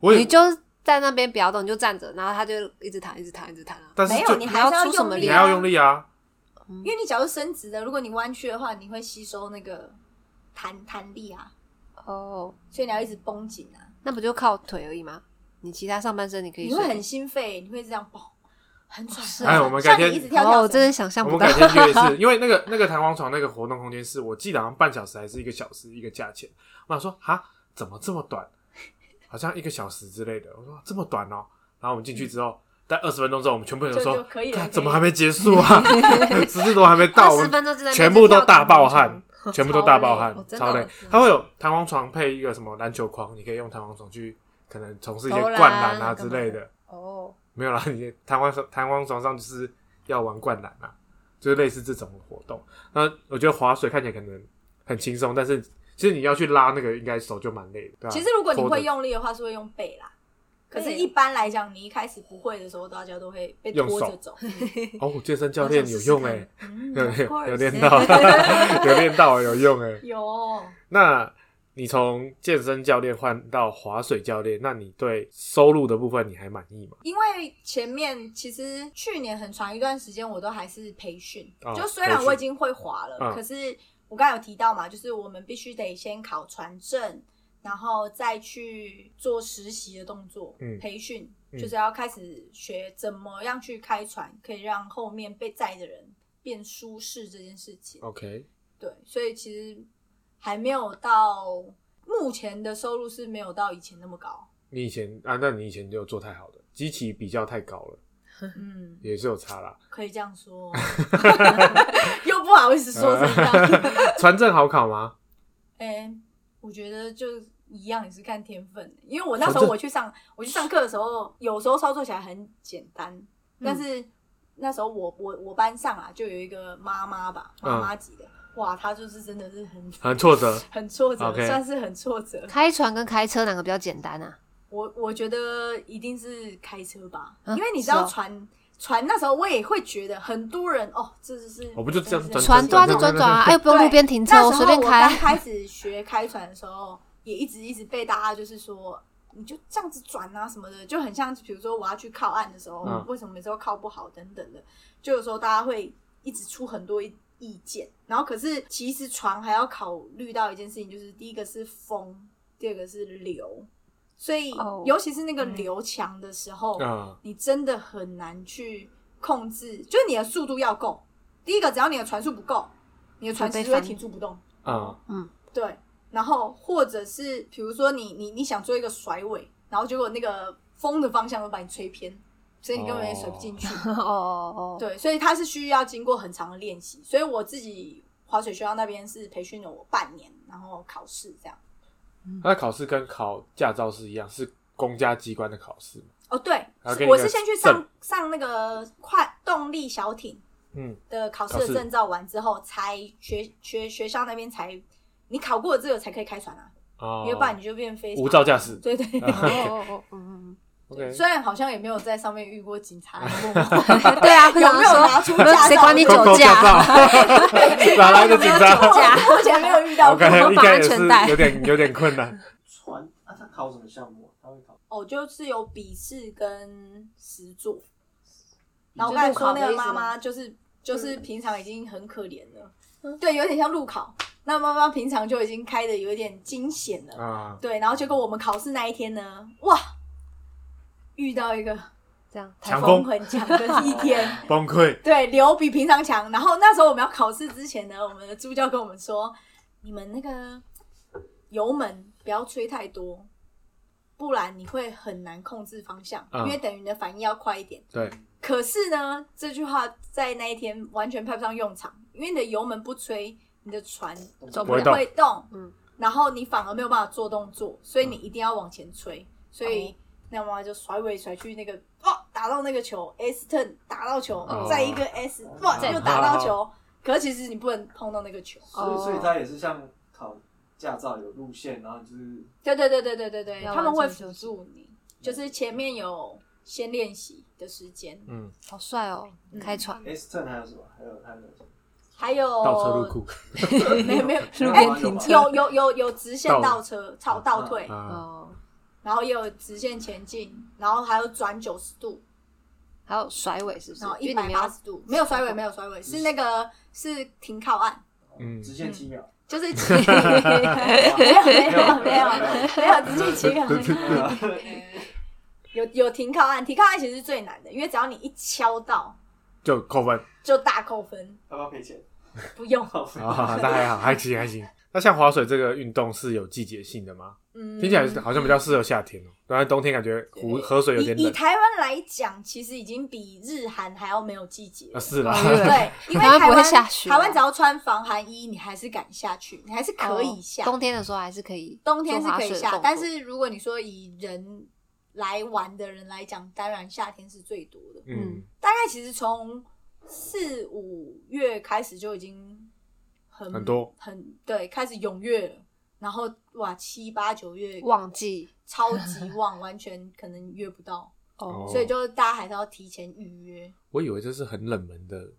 Speaker 3: 我
Speaker 1: 你
Speaker 3: 也，
Speaker 1: 就在那边不要动，你就站着，然后他就一直弹，一直弹，一直弹啊。
Speaker 3: 但是
Speaker 2: 没
Speaker 3: 就
Speaker 2: 有，你还是
Speaker 1: 你要出什么力
Speaker 2: 用
Speaker 3: 你
Speaker 2: 力、
Speaker 3: 还
Speaker 2: 啊，
Speaker 3: 要用力啊。
Speaker 2: 因为你脚是伸直的，如果你弯曲的话，你会吸收那个弹弹力啊，
Speaker 1: 哦，
Speaker 2: 所以你要一直绷紧啊。
Speaker 1: 那不就靠腿而已吗？你其他上半身你可以
Speaker 2: 你
Speaker 1: 随
Speaker 2: 会
Speaker 1: 便。
Speaker 2: 很心肺，你会这样爆，很喘。
Speaker 1: 是
Speaker 3: 啊哎我们改天
Speaker 2: 像你一直跳
Speaker 1: 哦，
Speaker 2: 跳
Speaker 1: 我
Speaker 2: 绳
Speaker 1: 真的想象
Speaker 3: 我
Speaker 1: 不
Speaker 3: 们
Speaker 1: 到
Speaker 3: 改。天约一次，因为那个那个弹簧床那个活动空间是我记得好像半小时还是一个小时一个价钱。我想说哈，怎么这么短？好像一个小时之类的。我说这么短哦。然后我们进去之后，待二十分钟之后，我们全部人
Speaker 2: 就
Speaker 3: 说
Speaker 2: 就可以了
Speaker 3: 看
Speaker 2: 可以
Speaker 3: 怎么还没结束啊？ 十字都还没到，我
Speaker 1: 二十
Speaker 3: 们
Speaker 1: 分钟之内
Speaker 3: 全部都大爆汗， 全部都大爆汗
Speaker 1: 超累哦，真的
Speaker 3: 超累
Speaker 1: 真的。
Speaker 3: 它会有弹簧床配一个什么篮球框，你可以用弹簧床去可能从事一些
Speaker 1: 投
Speaker 3: 灌
Speaker 1: 篮
Speaker 3: 篮啊
Speaker 1: 啊
Speaker 3: 之类的。
Speaker 1: 哦，
Speaker 3: 没有啦，你弹簧床弹簧床上就是要玩灌篮啊，就是类似这种活动。那我觉得划水看起来可能很轻松，但是其实你要去拉那个，应该手就蛮累的。对啊
Speaker 2: 其实如果你
Speaker 3: 拖着
Speaker 2: 会用力的话，是会用背啦，可是，一般来讲，你一开始不会的时候，大家都会被
Speaker 3: 用
Speaker 2: 拖
Speaker 3: 手
Speaker 2: 着 走。
Speaker 3: 哦，健身教练有用 哎、
Speaker 2: 嗯
Speaker 3: 有
Speaker 2: of
Speaker 3: 有
Speaker 2: course
Speaker 3: 有练到，有练到有用哎、
Speaker 2: 有，哦
Speaker 3: 那你从健身教练换到划水教练，那你对收入的部分你还满意吗？
Speaker 2: 因为前面其实去年很长一段时间，我都还是培训，
Speaker 3: 哦
Speaker 2: 就虽然
Speaker 3: 培训
Speaker 2: 我已经会滑了，
Speaker 3: 嗯
Speaker 2: 可是我刚才有提到嘛，就是我们必须得先考船证，然后再去做实习的动作，
Speaker 3: 嗯
Speaker 2: 培训
Speaker 3: 嗯
Speaker 2: 就是要开始学怎么样去开船，可以让后面被载的人变舒适这件事情。
Speaker 3: OK，
Speaker 2: 对，所以其实还没有到目前的收入是没有到以前那么高，
Speaker 3: 你以前啊，那你以前就做太好的，机器比较太高了，
Speaker 2: 嗯。
Speaker 3: 也是有差啦。
Speaker 2: 可以这样说，哦 又不好意思说成这样。
Speaker 3: 船证好考吗？
Speaker 2: 哎、我觉得就一样，也是看天分。因为我那时候我去上我去上课的时候，有时候操作起来很简单，
Speaker 3: 嗯
Speaker 2: 但是那时候我我我班上啊，就有一个妈妈吧，
Speaker 3: 嗯
Speaker 2: 妈妈级的，哇，她就是真的是很
Speaker 3: 很啊挫折。
Speaker 2: 很挫折
Speaker 3: OK
Speaker 2: 算是很挫折。
Speaker 1: 开船跟开车哪个比较简单啊？
Speaker 2: 我我觉得一定是开车吧，
Speaker 1: 啊
Speaker 2: 因为你知
Speaker 1: 是
Speaker 2: 道
Speaker 1: 哦
Speaker 2: 船、船那时候我也会觉得很多人哦，这就是
Speaker 3: 我不就这样转
Speaker 1: 船对啊，就转转啊，哎，不用路边停车
Speaker 2: 那
Speaker 1: 哦，
Speaker 2: 时
Speaker 1: 随
Speaker 2: 候
Speaker 1: 便
Speaker 2: 我刚
Speaker 1: 开。
Speaker 2: 开始学开船的时候，也一直一直被大家就是说，你就这样子转啊什么的，就很像比如说我要去靠岸的时候，
Speaker 3: 嗯
Speaker 2: 为什么每次都靠不好等等的，就有时候大家会一直出很多意意见。然后可是其实船还要考虑到一件事情，就是第一个是风，第二个是流，所以
Speaker 1: 哦
Speaker 2: 尤其是那个
Speaker 1: 嗯
Speaker 2: 流强的时
Speaker 1: 哦
Speaker 2: 候，
Speaker 3: 啊、
Speaker 2: 你真的很难去控制，就是你的速度要够。第一个，只要你的船速不够，你的船
Speaker 1: 就被
Speaker 2: 其实会
Speaker 1: 翻
Speaker 2: 停住不动。
Speaker 3: 啊、
Speaker 2: 对，然后或者是比如说你你你想做一个甩尾，然后结果那个风的方向会把你吹偏，所以你根本也甩不进去。
Speaker 1: 哦哦哦，
Speaker 2: 对，所以它是需要经过很长的练习。所以我自己滑水学校那边是培训了我半年，然后考试这样。
Speaker 1: 嗯
Speaker 3: 那考试跟考驾照是一样，是公家机关的考试嘛。
Speaker 2: 哦，对
Speaker 3: 还要给，你
Speaker 2: 我
Speaker 3: 一
Speaker 2: 是
Speaker 3: 个
Speaker 2: 先去
Speaker 3: 证
Speaker 2: 上上那个快动力小艇，
Speaker 3: 嗯，
Speaker 2: 的考试
Speaker 3: 考试
Speaker 2: 的证照完之后，才学学学校那边才你考过了这个才可以开船啊，
Speaker 3: 哦，
Speaker 2: 要不然你就变非法
Speaker 3: 无照驾驶。啊
Speaker 2: 对对对
Speaker 1: 哦哦哦，嗯，
Speaker 3: OK，
Speaker 2: 虽然好像也没有在上面遇过警察，
Speaker 1: 嗯 对啊，不
Speaker 2: 有
Speaker 1: 想
Speaker 2: 没有拿
Speaker 1: 说
Speaker 2: 出驾照？
Speaker 1: 谁管你
Speaker 3: 公
Speaker 1: 酒
Speaker 3: 共驾
Speaker 1: 驾
Speaker 3: 照，哪来的 警
Speaker 1: 酒驾
Speaker 3: 察
Speaker 2: 我目前没有遇 到过。
Speaker 3: ？OK，应该也
Speaker 1: 绑安
Speaker 3: 是
Speaker 1: 全带
Speaker 3: 有点有点困难。
Speaker 4: 船啊，他考什么项目啊？他会考
Speaker 2: 哦，就是有笔试跟实作。
Speaker 1: 然
Speaker 2: 然
Speaker 1: 后我
Speaker 2: 后我刚
Speaker 1: 刚
Speaker 2: 才
Speaker 1: 才
Speaker 2: 说
Speaker 1: 说
Speaker 2: 那
Speaker 1: 那
Speaker 2: 个
Speaker 1: 个
Speaker 2: 妈
Speaker 1: 妈
Speaker 2: 妈，
Speaker 1: 妈
Speaker 2: 就是就是平常已经很可怜了，对，有点像路考。那妈妈平常就已经开的有点惊险了，
Speaker 3: 啊，
Speaker 2: 对，然后结果我们考试那一天呢，哇，遇到一个
Speaker 1: 这样，
Speaker 3: 强
Speaker 2: 风
Speaker 3: 风
Speaker 2: 很强的一天，
Speaker 3: 崩溃。
Speaker 2: 对，流比平常强。然后那时候我们要考试之前呢，我们的助教跟我们说，你们那个油门不要吹太多，不然你会很难控制方向，
Speaker 3: 嗯
Speaker 2: 因为等于你的反应要快一点。
Speaker 3: 对，
Speaker 2: 可是呢，这句话在那一天完全派不上用场，因为你的油门不吹，你的船
Speaker 1: 走
Speaker 3: 不会动
Speaker 2: 会动，
Speaker 1: 嗯
Speaker 2: 然后你反而没有办法做动作，所以你一定要往前吹，所以那妈妈就甩尾甩去那个哦，打到那个球，S turn 打到球，
Speaker 3: 哦
Speaker 2: 再一个 S 哇
Speaker 1: 再
Speaker 2: 又打到球，可是其实你不能碰到那个球，
Speaker 4: 所以，
Speaker 1: 哦
Speaker 4: 所以他也是像考驾照有路线，然后就是
Speaker 2: 对对对对对对对，
Speaker 1: 要
Speaker 2: 他们会
Speaker 1: 完成
Speaker 2: 辅助你，就是前面有先练习的时间，
Speaker 3: 嗯，
Speaker 1: 好帅哦，开船
Speaker 4: S turn 还有什么？还有还有什么？
Speaker 2: 还
Speaker 1: 哦
Speaker 2: 有
Speaker 3: 倒车入库
Speaker 2: 没有没有。
Speaker 1: 路边停车
Speaker 2: 有有有有直线
Speaker 3: 倒
Speaker 2: 倒车、超倒退，
Speaker 3: 啊，
Speaker 1: 哦，
Speaker 2: 然后也有直线前进，然后还有转九十度，
Speaker 1: 还有甩尾是不是
Speaker 2: 然后？
Speaker 1: 因为你
Speaker 2: 一百
Speaker 1: 们
Speaker 2: 八
Speaker 1: 要
Speaker 2: 十度，没有甩尾，没有甩尾，是那个是停靠岸，
Speaker 3: 嗯
Speaker 4: 直线七秒，
Speaker 2: 就是起没有没有没有没有没有直接起港，有有停靠岸，停靠岸其实是最难的，因为只要你一敲到
Speaker 3: 就扣分
Speaker 2: 就大扣分，
Speaker 4: 要不要赔钱？
Speaker 2: 不用，
Speaker 3: 啊，那还好，还行还行。那像划水这个运动是有季节性的吗？
Speaker 2: 嗯，
Speaker 3: 听起来是好像比较适合夏天哦，然后冬天感觉湖河水有点
Speaker 2: 以以
Speaker 3: 冷
Speaker 2: 台湾来讲，其实已经比日韩还要没有季节
Speaker 3: 啊，。是啦，
Speaker 1: 哦
Speaker 2: 对， 因
Speaker 1: 台
Speaker 2: 为台
Speaker 1: 湾不会
Speaker 2: 湾
Speaker 1: 下雪啊
Speaker 2: 台湾只要穿防寒衣，你还是敢下去，你还是可以下。
Speaker 1: 哦冬天的时候还是可以，
Speaker 2: 冬天是可以下，但
Speaker 1: 是
Speaker 2: 是如果你说以人来玩的人来讲，当然夏天是最多的。
Speaker 3: 嗯，
Speaker 2: 大概其实从四五月开始就已经很
Speaker 3: 很多
Speaker 2: 很对，开始踊跃了。然后哇，七八九月
Speaker 1: 忘记
Speaker 2: 超级旺，完全可能约不到，
Speaker 1: 哦。
Speaker 2: 所以就大家还是要提前预约。
Speaker 3: 我以为这是很冷门的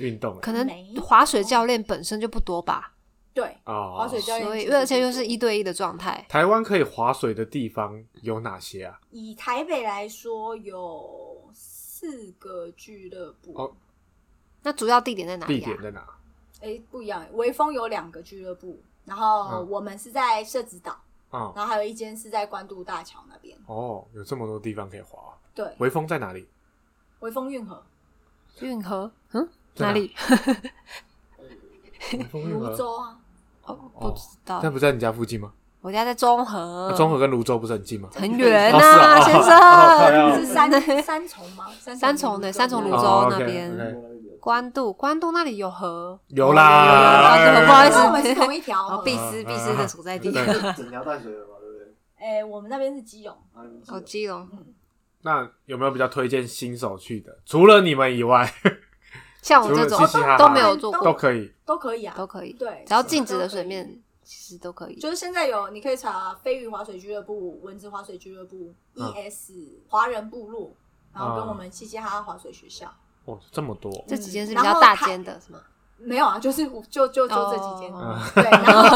Speaker 3: 运动、欸，
Speaker 1: 可能
Speaker 2: 没有
Speaker 1: 滑水教练本身就不多吧，
Speaker 2: 对，
Speaker 3: 哦，
Speaker 2: 滑水教练
Speaker 1: 所以
Speaker 2: 其实
Speaker 1: 而且又是
Speaker 2: 不多
Speaker 1: 一对一的状态，
Speaker 3: 台湾可以划水的地方有哪些啊？
Speaker 2: 以台北来说有四个俱乐部，哎、
Speaker 3: 哦
Speaker 1: 那主要地点在哪
Speaker 3: 地
Speaker 1: 里啊
Speaker 3: 点？在哪？
Speaker 2: 不一样，微风有两个俱乐部，然后
Speaker 3: 嗯
Speaker 2: 我们是在社子岛，
Speaker 3: 啊、
Speaker 2: 然后还有一间是在关渡大桥那边，
Speaker 3: 哦，有这么多地方可以划啊。
Speaker 2: 对，
Speaker 3: 微风在哪里？
Speaker 2: 微风运河，
Speaker 1: 运河，嗯，哪
Speaker 3: 在哪
Speaker 1: 里？
Speaker 3: 微风运
Speaker 2: 泸
Speaker 3: 河，
Speaker 2: 州啊，
Speaker 1: 哦，不知道
Speaker 3: 那，不在你家附近吗？
Speaker 1: 我家在中和
Speaker 3: 啊，中和跟泸州不是很近吗？
Speaker 1: 很远
Speaker 3: 哦是啊
Speaker 1: 呐，
Speaker 3: 哦
Speaker 1: 先
Speaker 4: 对
Speaker 1: 生。
Speaker 4: 啊
Speaker 2: 是三三重吗？
Speaker 1: 三
Speaker 2: 三
Speaker 1: 重
Speaker 2: 重
Speaker 1: 的三重泸
Speaker 3: 哦
Speaker 1: 州那
Speaker 3: ，OK，
Speaker 1: 边，
Speaker 3: OK
Speaker 1: 关渡关渡那里有河，
Speaker 3: 有啦
Speaker 1: 有啦有啦关渡
Speaker 3: 哎嗯
Speaker 1: 不好意
Speaker 2: 因为我们
Speaker 1: 思，
Speaker 2: 是同一条
Speaker 1: 哦，
Speaker 2: 河，
Speaker 1: 必斯必斯的所在地，
Speaker 3: 对
Speaker 4: 整条淡水了嘛，对不对？
Speaker 2: 哎、我们那边是基隆，
Speaker 4: 啊你记得
Speaker 1: 哦，基隆
Speaker 3: 那有没有比较推荐新手去的？除了你们以外，
Speaker 1: 像我这
Speaker 3: 除
Speaker 1: 种
Speaker 3: 了嘻嘻哈哈
Speaker 1: 都没有做
Speaker 3: 都
Speaker 1: 过，
Speaker 3: 可以。
Speaker 2: 都可以啊，
Speaker 1: 都可以，
Speaker 2: 对，
Speaker 1: 只要静止的
Speaker 2: 都可以
Speaker 1: 水面其实都可以。
Speaker 2: 就是现在有，你可以查飞鱼划水俱乐部、蚊子划水俱乐部、
Speaker 3: 嗯
Speaker 2: ES 华人部落，然后跟
Speaker 3: 啊
Speaker 2: 我们嘻嘻哈哈划水学校。
Speaker 3: 哦，这么多，
Speaker 1: 这几间是比
Speaker 2: 嗯然
Speaker 1: 较
Speaker 2: 后
Speaker 1: 大
Speaker 2: 它
Speaker 1: 间的，是吗？
Speaker 2: 没有啊，就是我就就就这几间。
Speaker 1: 哦
Speaker 2: 对，然后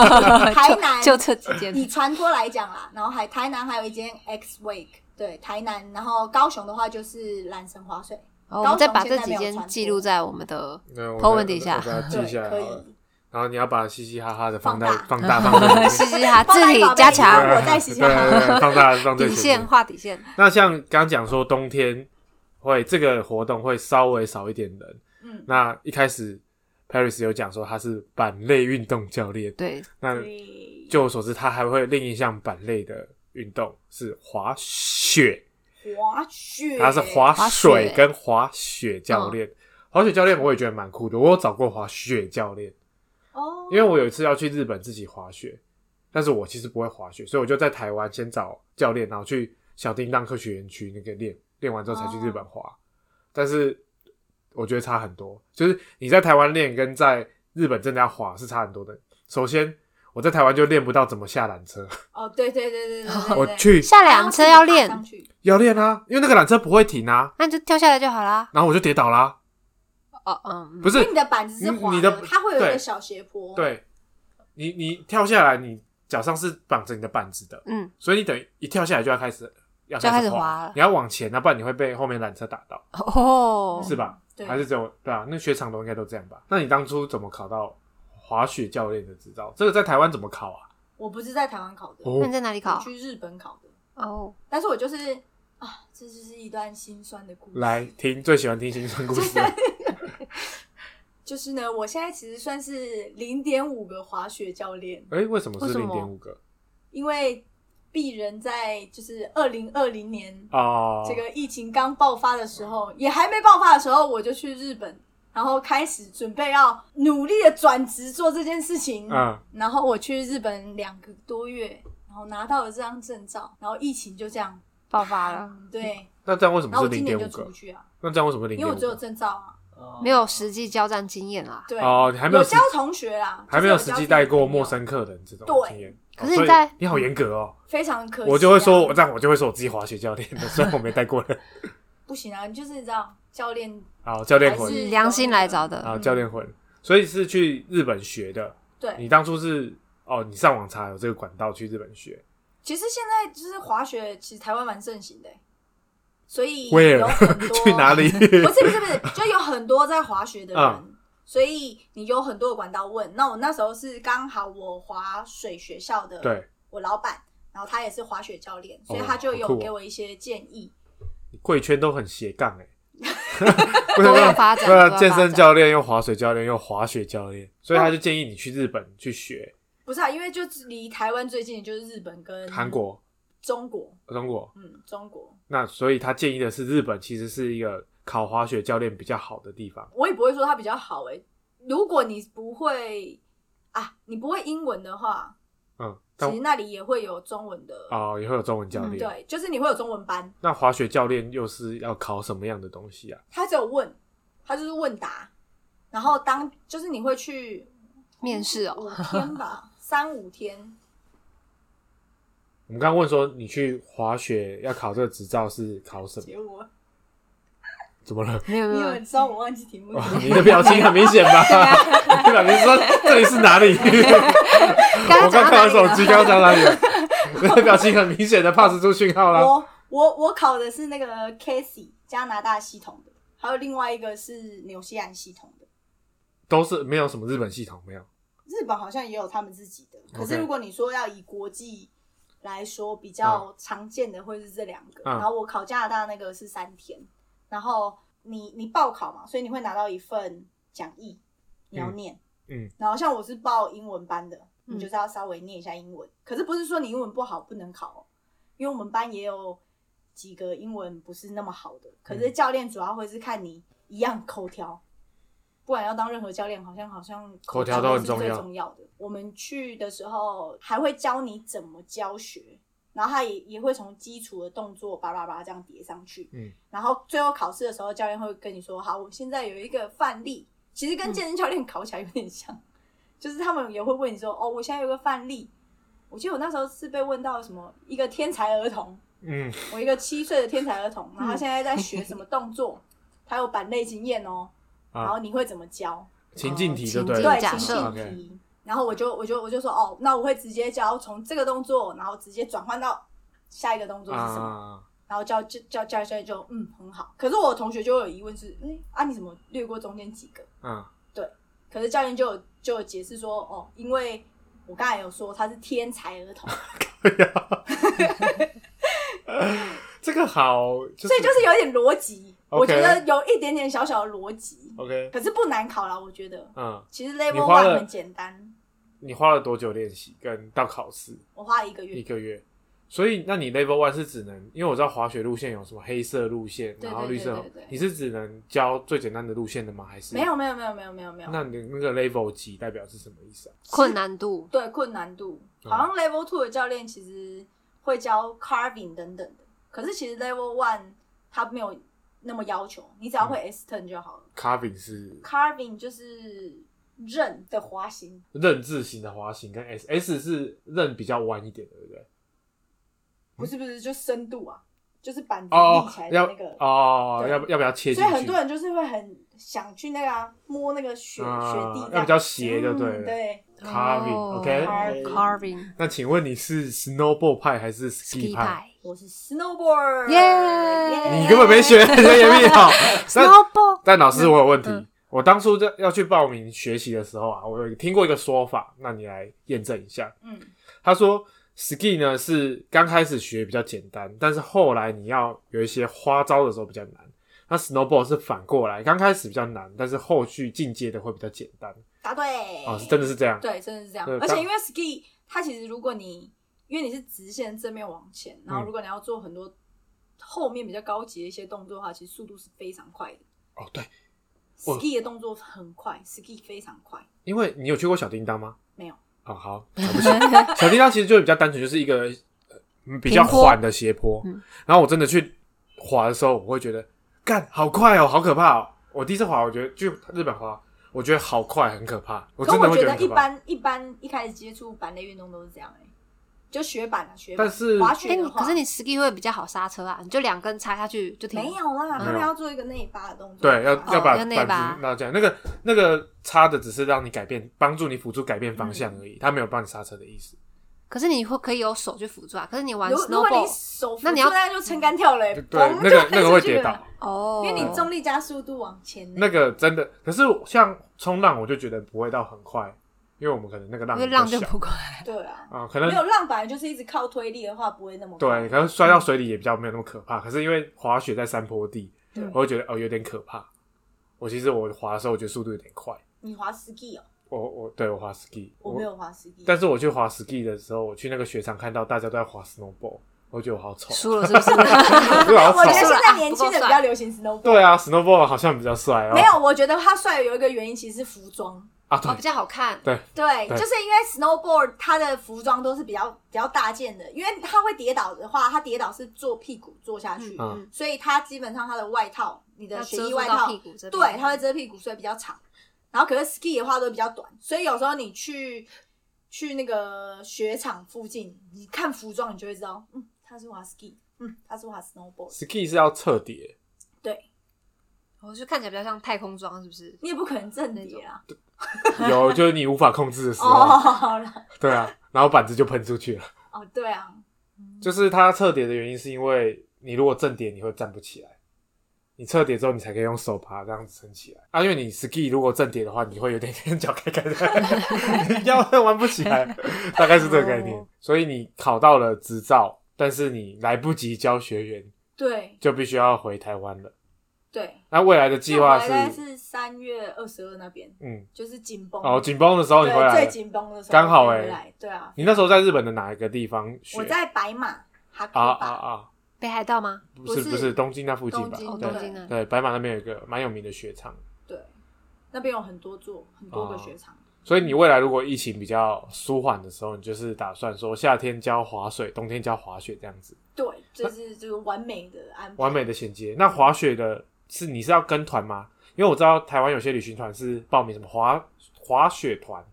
Speaker 2: 台南
Speaker 1: 就这几间。
Speaker 2: 以船拖来讲啦，然后还台南还有一间 X Wake，对，台南，然后高雄的话就是蓝神划水，
Speaker 1: 好我们再把
Speaker 2: 高雄
Speaker 1: 这
Speaker 2: 现在
Speaker 1: 几
Speaker 2: 没有
Speaker 1: 间
Speaker 2: 传
Speaker 1: 记
Speaker 2: 播
Speaker 1: 录在我们的
Speaker 3: 那我
Speaker 1: po 文
Speaker 3: 再
Speaker 1: 底下
Speaker 3: 我把它记
Speaker 2: 对
Speaker 3: 下，来好
Speaker 2: 可
Speaker 3: 了。
Speaker 2: 以。
Speaker 3: 然后你要把嘻嘻哈哈的放在
Speaker 2: 放
Speaker 3: 放大放 在
Speaker 1: 嘻嘻哈
Speaker 2: 放
Speaker 1: 字
Speaker 2: 大
Speaker 1: 体
Speaker 2: 一把
Speaker 1: 加
Speaker 2: 背包
Speaker 1: 强
Speaker 2: 我在嘻嘻哈哈
Speaker 3: 对对对放大放最
Speaker 1: 底
Speaker 3: 前
Speaker 1: 线，
Speaker 3: 面
Speaker 1: 画底线。
Speaker 3: 那像刚刚讲说，冬天会这个活动会稍微少一点人。
Speaker 2: 嗯，
Speaker 3: 那一开始 Paris 有讲说他是板类运动教练，
Speaker 1: 对，
Speaker 3: 那
Speaker 2: 对，
Speaker 3: 就我所知，他还会另一项板类的运动是滑雪，
Speaker 2: 滑雪，
Speaker 3: 他是滑
Speaker 1: 滑
Speaker 3: 水
Speaker 1: 雪
Speaker 3: 跟滑雪教练。滑雪教练我也觉得蛮酷的，我有找过滑雪教练，
Speaker 2: 哦，
Speaker 3: 因为我有一次要去日本自己滑雪，但是我其实不会滑雪，所以我就在台湾先找教练，然后去小叮当科学园区那个练，练完之后才去日本滑。
Speaker 1: 哦
Speaker 3: 但是我觉得差很多，就是你在台湾练跟在日本真的要滑是差很多的。首先，我在台湾就练不到怎么下缆车，
Speaker 2: 哦，对对对对对对
Speaker 1: 哦
Speaker 2: 对，
Speaker 3: 我去
Speaker 1: 下缆车要练，
Speaker 2: 上去
Speaker 3: 要练啊，因为那个缆车不会停啊，
Speaker 1: 那你就跳下来就好啦。
Speaker 3: 然后我就跌倒啦、
Speaker 1: 哦，嗯，
Speaker 3: 不
Speaker 1: 是，
Speaker 2: 因
Speaker 3: 是
Speaker 2: 为你的板子是滑
Speaker 3: 你你的
Speaker 2: 它会有一
Speaker 3: 对
Speaker 2: 个小斜坡。，
Speaker 3: 对，你你跳下来，你脚上是绑着你的板子的，
Speaker 1: 嗯，
Speaker 3: 所以你等于一跳下来就要开始要
Speaker 1: 就要开
Speaker 3: 始
Speaker 1: 始滑
Speaker 2: 啊
Speaker 1: 了
Speaker 3: 你要往前，那不然你会被后面缆车打到，
Speaker 1: 哦，
Speaker 3: 是吧？
Speaker 2: 对
Speaker 3: 还是只有对啊？那雪场都应该都这样吧？那你当初怎么考到滑雪教练的执照？这个在台湾怎么考啊？
Speaker 2: 我不是在台湾考的，
Speaker 1: 那
Speaker 3: 哦
Speaker 1: 你在哪里
Speaker 2: 我
Speaker 1: 考？
Speaker 2: 去日本考的。
Speaker 1: 哦，
Speaker 2: 但是我就是啊，这就是一段心酸的故事。
Speaker 3: 来，听最喜欢听心酸故 事了，
Speaker 2: 就是呢，我现在其实算是零点五个滑雪教练，
Speaker 3: 哎，为什么
Speaker 1: 为
Speaker 3: 是
Speaker 1: 什
Speaker 3: 零
Speaker 1: 么
Speaker 3: 点五个？
Speaker 2: 因为鄙人在就是二零二零年
Speaker 3: 哦，
Speaker 2: 这个疫情刚爆发的时候，也还没爆发的时候，我就去日本，然后开始准备要努力的转职做这件事情。
Speaker 3: 嗯，
Speaker 2: 然后我去日本两个多月，然后拿到了这张证照，然后疫情就这样
Speaker 1: 爆发了，
Speaker 2: 嗯对，
Speaker 3: 那这样为什
Speaker 2: 然后
Speaker 3: 么
Speaker 2: 我
Speaker 3: 是
Speaker 2: 今年
Speaker 3: 零点
Speaker 2: 就
Speaker 3: 五
Speaker 2: 出不
Speaker 3: 个？
Speaker 2: 去啊，
Speaker 3: 那这样为什么零
Speaker 2: 因
Speaker 3: 点
Speaker 2: 为我
Speaker 3: 五
Speaker 2: 只有
Speaker 3: 个？
Speaker 2: 证照啊，
Speaker 4: 哦
Speaker 1: 没有实际交战经验啊啦。
Speaker 2: 对，
Speaker 3: 哦，你还没有
Speaker 2: 有
Speaker 3: 实
Speaker 2: 教同学啦，
Speaker 3: 还没
Speaker 2: 有
Speaker 3: 有实际带过陌，生客人这种
Speaker 2: 对
Speaker 3: 经验。
Speaker 1: 可
Speaker 3: 哦
Speaker 1: 是你
Speaker 3: 所以
Speaker 1: 在
Speaker 3: 你好严格哦，
Speaker 2: 非常可惜啊、
Speaker 3: 我就会说，我这样我就会说我自己滑雪教练的，虽然我没带过人。
Speaker 2: 不行啊，你就是这样，教练
Speaker 3: 好，教练
Speaker 2: 还
Speaker 3: 魂，
Speaker 2: 是
Speaker 1: 良心来找的，
Speaker 3: 好，教练魂。所以是去日本学的，
Speaker 2: 对。
Speaker 3: 你当初是哦，你上网查有这个管道去日本学，
Speaker 2: 其实现在就是滑雪，其实台湾蛮盛行的欸、所以
Speaker 3: Where？
Speaker 2: 有很多
Speaker 3: 去哪
Speaker 1: 哦
Speaker 3: 里？
Speaker 2: 不是不是不是，就有很多在滑雪的人，
Speaker 3: 嗯
Speaker 2: 所以你有很多的管道问。那我那时候是刚好我滑水学校的，
Speaker 3: 对，
Speaker 2: 我老板，然后他也是滑雪教练，所以
Speaker 3: 哦
Speaker 2: 他就
Speaker 3: 好酷
Speaker 2: 有
Speaker 3: 哦
Speaker 2: 给我一些建议。
Speaker 3: 你贵圈都很斜 杠 哎、欸。
Speaker 1: 都要发展，
Speaker 3: 对
Speaker 1: 都
Speaker 3: 啊，
Speaker 1: 要
Speaker 3: 健
Speaker 1: 发
Speaker 3: 身
Speaker 1: 展
Speaker 3: 教练又滑水教练又滑雪教练，所以他就建议你去日本去学
Speaker 2: 不是啊，因为就离台湾最近的就是日本跟
Speaker 1: 嗯
Speaker 3: 韩、国、
Speaker 2: 中国，
Speaker 3: 中国。
Speaker 2: 嗯，中国。
Speaker 3: 那所以他建议的是日本其实是一个考滑雪教练比较好的地方。
Speaker 2: 我也不会说它比较好诶、如果你不会啊，你不会英文的话，
Speaker 3: 嗯，但
Speaker 2: 其实那里也会有中文的。
Speaker 3: 哦也会有中文教
Speaker 2: 嗯
Speaker 3: 练。
Speaker 2: 对，就是你会有中文班，
Speaker 3: 那滑雪教练又是要考什么样的东西啊？
Speaker 2: 他只有问，他就是问答，然后当就是你会去
Speaker 1: 面试哦，
Speaker 2: 五天吧，三五天，
Speaker 3: 我们刚刚问说你去滑雪要考这个执照是考什么？
Speaker 2: 结果
Speaker 3: 怎么了？
Speaker 1: 没有没
Speaker 2: 你
Speaker 1: 有
Speaker 2: 有知道我忘记题目
Speaker 3: 哇
Speaker 2: 了？
Speaker 3: 哦你的表情很明显吧？对吧？你说这里是哪里？我
Speaker 1: 刚
Speaker 3: 刚
Speaker 1: 讲到
Speaker 3: 看完
Speaker 1: 哪里
Speaker 3: 手
Speaker 1: 了
Speaker 3: 机，刚刚讲哪里了？你的表情很明显的 pass 出讯号啦。
Speaker 2: 我我我考的是那个 Casey 加拿大系统的，还有另外一个是纽西兰系统的。
Speaker 3: 都是没有什么日本系统，没有。
Speaker 2: 日本好像也有他们自己的，可
Speaker 3: OK
Speaker 2: 是如果你说要以国际来说，比较常见的会是这两个。
Speaker 3: 嗯
Speaker 2: 然后我考加拿大那个是三天，然后你你报考嘛，所以你会拿到一份讲义，你要念。
Speaker 3: 嗯嗯
Speaker 2: 然后像我是报英文班的，
Speaker 1: 嗯
Speaker 2: 你就是要稍微念一下英文。可是不是说你英文不好不能考、哦，因为我们班也有几个英文不是那么好的，可
Speaker 3: 嗯
Speaker 2: 是教练主要会是看你一样口条，不管要当任何教练，好像好像
Speaker 3: 口条都很
Speaker 2: 是
Speaker 3: 重要
Speaker 2: 最重要的。我们去的时候还会教你怎么教学，然后他也也会从基础的动作叭叭叭这样叠上去，
Speaker 3: 嗯，
Speaker 2: 然后最后考试的时候，教练会跟你说：“好，我现在有一个范例。”其实
Speaker 3: 嗯
Speaker 2: 跟健身教练 考起来有点像，就是他们也会问你说：“哦，我现在有个范例。”我记得我那时候是被问到什么一个天才儿童，
Speaker 3: 嗯，
Speaker 2: 我一个七岁的天才儿童，然后他现在在学什么动作，他有板类经验哦，
Speaker 3: 啊
Speaker 2: 然后你会怎么教？
Speaker 3: 情境题就
Speaker 1: 情
Speaker 3: 对
Speaker 1: 境
Speaker 3: 了
Speaker 2: 对，
Speaker 1: 假
Speaker 2: 哦情
Speaker 1: 设
Speaker 2: 境
Speaker 3: OK
Speaker 2: 题。然后我就我就我就说哦，那我会直接教从这个动作，然后直接转换到下一个动作是什么，
Speaker 3: 啊，
Speaker 2: 然后教教教教教就嗯很好。可是我同学就有疑问是，嗯啊你怎么略过中间几个？
Speaker 3: 嗯，
Speaker 2: 可是教练就有就有解释说哦，因为我刚才有说他是天才儿 童，
Speaker 3: 啊 这个好，就是、
Speaker 2: 所以就是有点逻辑，我
Speaker 3: OK
Speaker 2: 觉得有一点点小小的逻辑，
Speaker 3: OK，
Speaker 2: 可是不难考啦，我觉得。
Speaker 3: 嗯，
Speaker 2: 其实
Speaker 3: 你
Speaker 2: Level
Speaker 3: 花了
Speaker 2: One 很简单，
Speaker 3: 你花了多久练习跟到考试
Speaker 2: 我花了一个
Speaker 3: 一
Speaker 2: 月。
Speaker 3: 个月？所以，那你 Level One 是只能，因为我知道滑雪路线有什么黑色路线，
Speaker 2: 对
Speaker 3: 然后绿色，
Speaker 2: 对对对对
Speaker 3: 你是只能教最简单的路线的吗？还是
Speaker 2: 没？有没有没有没有没有没有，
Speaker 3: 那你那个 Level 几代表是什么意思啊？
Speaker 1: 困难度
Speaker 2: 对困难度，
Speaker 3: 嗯
Speaker 2: 好像 Level Two 的教练其实会教 carving 等等的，可是其实 Level One 他没有那么要求，你只要会
Speaker 3: 嗯
Speaker 2: S turn 就好了。
Speaker 3: Carving 是
Speaker 2: carving 就是刃的滑行，
Speaker 3: 刃字形的滑行，跟 S S 是刃比较弯一点的，对不对？
Speaker 2: 不是不是，就深度啊，就是板子立
Speaker 3: 哦
Speaker 2: 起，来的
Speaker 3: 要
Speaker 2: 那个。
Speaker 3: 哦，
Speaker 2: 对
Speaker 3: 要不要不要切进
Speaker 2: 所以
Speaker 3: 去？
Speaker 2: 很多人就是会很想去那个、啊、摸那个雪、
Speaker 3: 啊
Speaker 2: 雪地这样，
Speaker 3: 要比较斜就对了
Speaker 2: 嗯对，
Speaker 1: 哦
Speaker 3: Carving，OK？
Speaker 2: Carving
Speaker 1: carving
Speaker 3: 那请问你是 snowboard 派还是 ski
Speaker 1: ski
Speaker 3: 派？
Speaker 1: pie
Speaker 2: 我是 snowboard，
Speaker 1: 耶
Speaker 2: 耶
Speaker 3: 你根本没学， 你 的眼力好。但
Speaker 1: snowball
Speaker 3: 但老师，我有问题
Speaker 1: 嗯。
Speaker 3: 我当初在要去报名学习的时候啊，我有听过一个说法，那你来验证一下。
Speaker 2: 嗯，
Speaker 3: 他说，ski 呢是刚开始学比较简单，但是后来你要有一些花招的时候比较难。那 snowboard 是反过来，刚开始比较难，但是后续进阶的会比较简单。
Speaker 2: 答对，
Speaker 3: 哦，是真的是这样。
Speaker 2: 对，真的是这样
Speaker 3: 对。
Speaker 2: 而
Speaker 3: 当
Speaker 2: 且因为 ski 它其实如果你因为你是直线正面往前，然
Speaker 3: 嗯
Speaker 2: 后如果你要做很多后面比较高级的一些动作的话，其实速度是非常快的。
Speaker 3: 哦，对，我
Speaker 2: ski 的动作很快，ski 非常快，
Speaker 3: 因为你有去过小叮当吗？
Speaker 2: 没有。
Speaker 3: 哦，好，小叮当其实就比较单纯，就是一个呃比较缓的斜坡。
Speaker 1: 嗯
Speaker 3: 然后我真的去滑的时候，我会觉得干好快哦，好可怕哦！我第一次滑，我觉得去日本滑，我觉得好快，很可怕。我
Speaker 2: 可
Speaker 3: 真的
Speaker 2: 我
Speaker 3: 会
Speaker 2: 觉
Speaker 3: 得
Speaker 2: 得
Speaker 3: 很
Speaker 2: 一
Speaker 3: 可怕。
Speaker 2: 般一般一开始接触板类运动都是这样哎、就雪板啊，雪板。
Speaker 3: 但是
Speaker 2: 滑
Speaker 1: 哎，
Speaker 2: 雪
Speaker 1: 你
Speaker 2: 的话，
Speaker 1: 可是你 ski 会比较好刹车啊，你就两根插下去就停了。
Speaker 2: 没有啦，
Speaker 3: 没有
Speaker 2: 他们要做一个内八的动作。
Speaker 3: 对，要
Speaker 2: 哦
Speaker 3: 要把
Speaker 1: 要
Speaker 3: 板
Speaker 1: 内
Speaker 3: 子
Speaker 1: 拔
Speaker 3: 那这样，那个那个插的只是让你改变，帮助你辅助改变方向而已，它没有帮你刹车的意思。
Speaker 1: 可是你会可以有手去辅助啊。可是你玩
Speaker 2: 如如果你
Speaker 1: snowball
Speaker 2: 手扶
Speaker 1: 那你要
Speaker 2: 住那就撑杆跳嘞、
Speaker 3: 对
Speaker 2: 欸，嘣，
Speaker 3: 那
Speaker 2: 就
Speaker 3: 个
Speaker 2: 飞
Speaker 3: 那个
Speaker 2: 出
Speaker 3: 会
Speaker 2: 去
Speaker 3: 跌
Speaker 2: 了
Speaker 3: 倒。
Speaker 1: 哦，
Speaker 2: 因为你重力加速度往前欸、
Speaker 3: 那个真的，可是像冲浪，我就觉得不会到很快，因为我们可能那个浪
Speaker 1: 因为
Speaker 3: 比
Speaker 1: 浪
Speaker 3: 较
Speaker 1: 就
Speaker 3: 小
Speaker 1: 不快。
Speaker 2: 对啊，
Speaker 3: 啊、可能
Speaker 2: 没有浪本来就是一直靠推力的话，不会那么快
Speaker 3: 对，可能摔到水里也比较没有那么可怕。可是因为滑雪在山坡地
Speaker 2: 对，
Speaker 3: 我会觉得哦有点可怕。我其实我滑的时候，我觉得速度有点快。
Speaker 2: 你滑 ski 哦，
Speaker 3: 我我对我滑 ski，
Speaker 2: 我没有滑 ski，
Speaker 3: 但是我去滑 ski 的时候，我去那个雪场看到大家都在滑 snowball，我觉得我好丑，
Speaker 1: 输了是不是？
Speaker 3: 我觉得 好
Speaker 2: 啊哦 我觉得
Speaker 1: 是
Speaker 2: 现
Speaker 3: 丑。
Speaker 1: 啦
Speaker 2: 在年轻
Speaker 1: 不
Speaker 2: 的
Speaker 1: 啊够帅
Speaker 2: 比较流行 snowboard。
Speaker 3: 对啊，snowball 好像比较帅哦。
Speaker 2: 没有，我觉得他帅有一个原因，其实是服装。
Speaker 3: 啊，
Speaker 1: 哦，
Speaker 3: 对
Speaker 1: 比较好看。
Speaker 3: 对，
Speaker 2: 对，
Speaker 3: 对
Speaker 2: 就是因为 snowboard 它的服装都是比较比较大件的，因为它会跌倒的话，它跌倒是坐屁股坐下去，
Speaker 3: 嗯
Speaker 1: 嗯，
Speaker 2: 所以它基本上它的外套，你
Speaker 1: 要
Speaker 2: 的雪
Speaker 1: 遮
Speaker 2: 衣
Speaker 1: 住
Speaker 2: 外
Speaker 1: 到
Speaker 2: 套
Speaker 1: 屁，股这边。
Speaker 2: 对，它会遮屁股，所以比较长。然后可是 ski 的话都比较短，所以有时候你去去那个雪场附近，你看服装，你就会知道，嗯，他是滑 ski，嗯，他是滑 snowboard，
Speaker 3: ski 是要侧叠，
Speaker 2: 对
Speaker 1: 我哦就看起来比较像太空装，是不是？
Speaker 2: 你也不可能正叠啊。
Speaker 3: 有就是你无法控制的时
Speaker 2: 哦，
Speaker 3: 候，
Speaker 2: 好了，
Speaker 3: 对啊，然后板子就喷出去了。
Speaker 2: 哦，对啊，
Speaker 3: 就是它侧叠的原因是因为你如果正叠你会站不起来，你侧叠之后你才可以用手把它这样子撑起来啊。因为你 ski 如果正叠的话，你会有点跟脚开开的，你腰都弯不起 来，大概是这个概念
Speaker 1: 哦。
Speaker 3: 所以你考到了执照，但是你来不及教学员，
Speaker 2: 对
Speaker 3: 就必须要回台湾了。
Speaker 2: 对。
Speaker 3: 那未来的计划
Speaker 2: 那我大概
Speaker 3: 是，
Speaker 2: 是三月二十二那边，
Speaker 3: 嗯，
Speaker 2: 就是紧绷
Speaker 3: 哦，紧绷的时候你回
Speaker 2: 对
Speaker 3: 来
Speaker 2: 最
Speaker 3: 了。
Speaker 2: 紧绷的时候
Speaker 3: 刚好
Speaker 2: 回
Speaker 3: 欸
Speaker 2: 来对啊，
Speaker 3: 你那时候在日本的哪一个地方学？
Speaker 2: 我在白马哈库
Speaker 3: 啊
Speaker 2: 巴，
Speaker 3: 啊啊！
Speaker 1: 北海道吗？
Speaker 3: 不是
Speaker 2: 不是
Speaker 3: 不是东京那附近吧？
Speaker 2: 东京
Speaker 1: 哦，
Speaker 2: 对
Speaker 1: 东京啊，
Speaker 3: 对，白马那边有一个蛮有名的雪场，
Speaker 2: 对，那边有很多座很多
Speaker 3: 哦
Speaker 2: 个雪场，
Speaker 3: 所以你未来如果疫情比较舒缓的时候，你就是打算说夏天教滑水，冬天教滑雪这样子，
Speaker 2: 对，就是就是完美的安排，
Speaker 3: 完美的衔接。那滑雪的是你是要跟团吗？因为我知道台湾有些旅行团是报名什么滑滑雪团，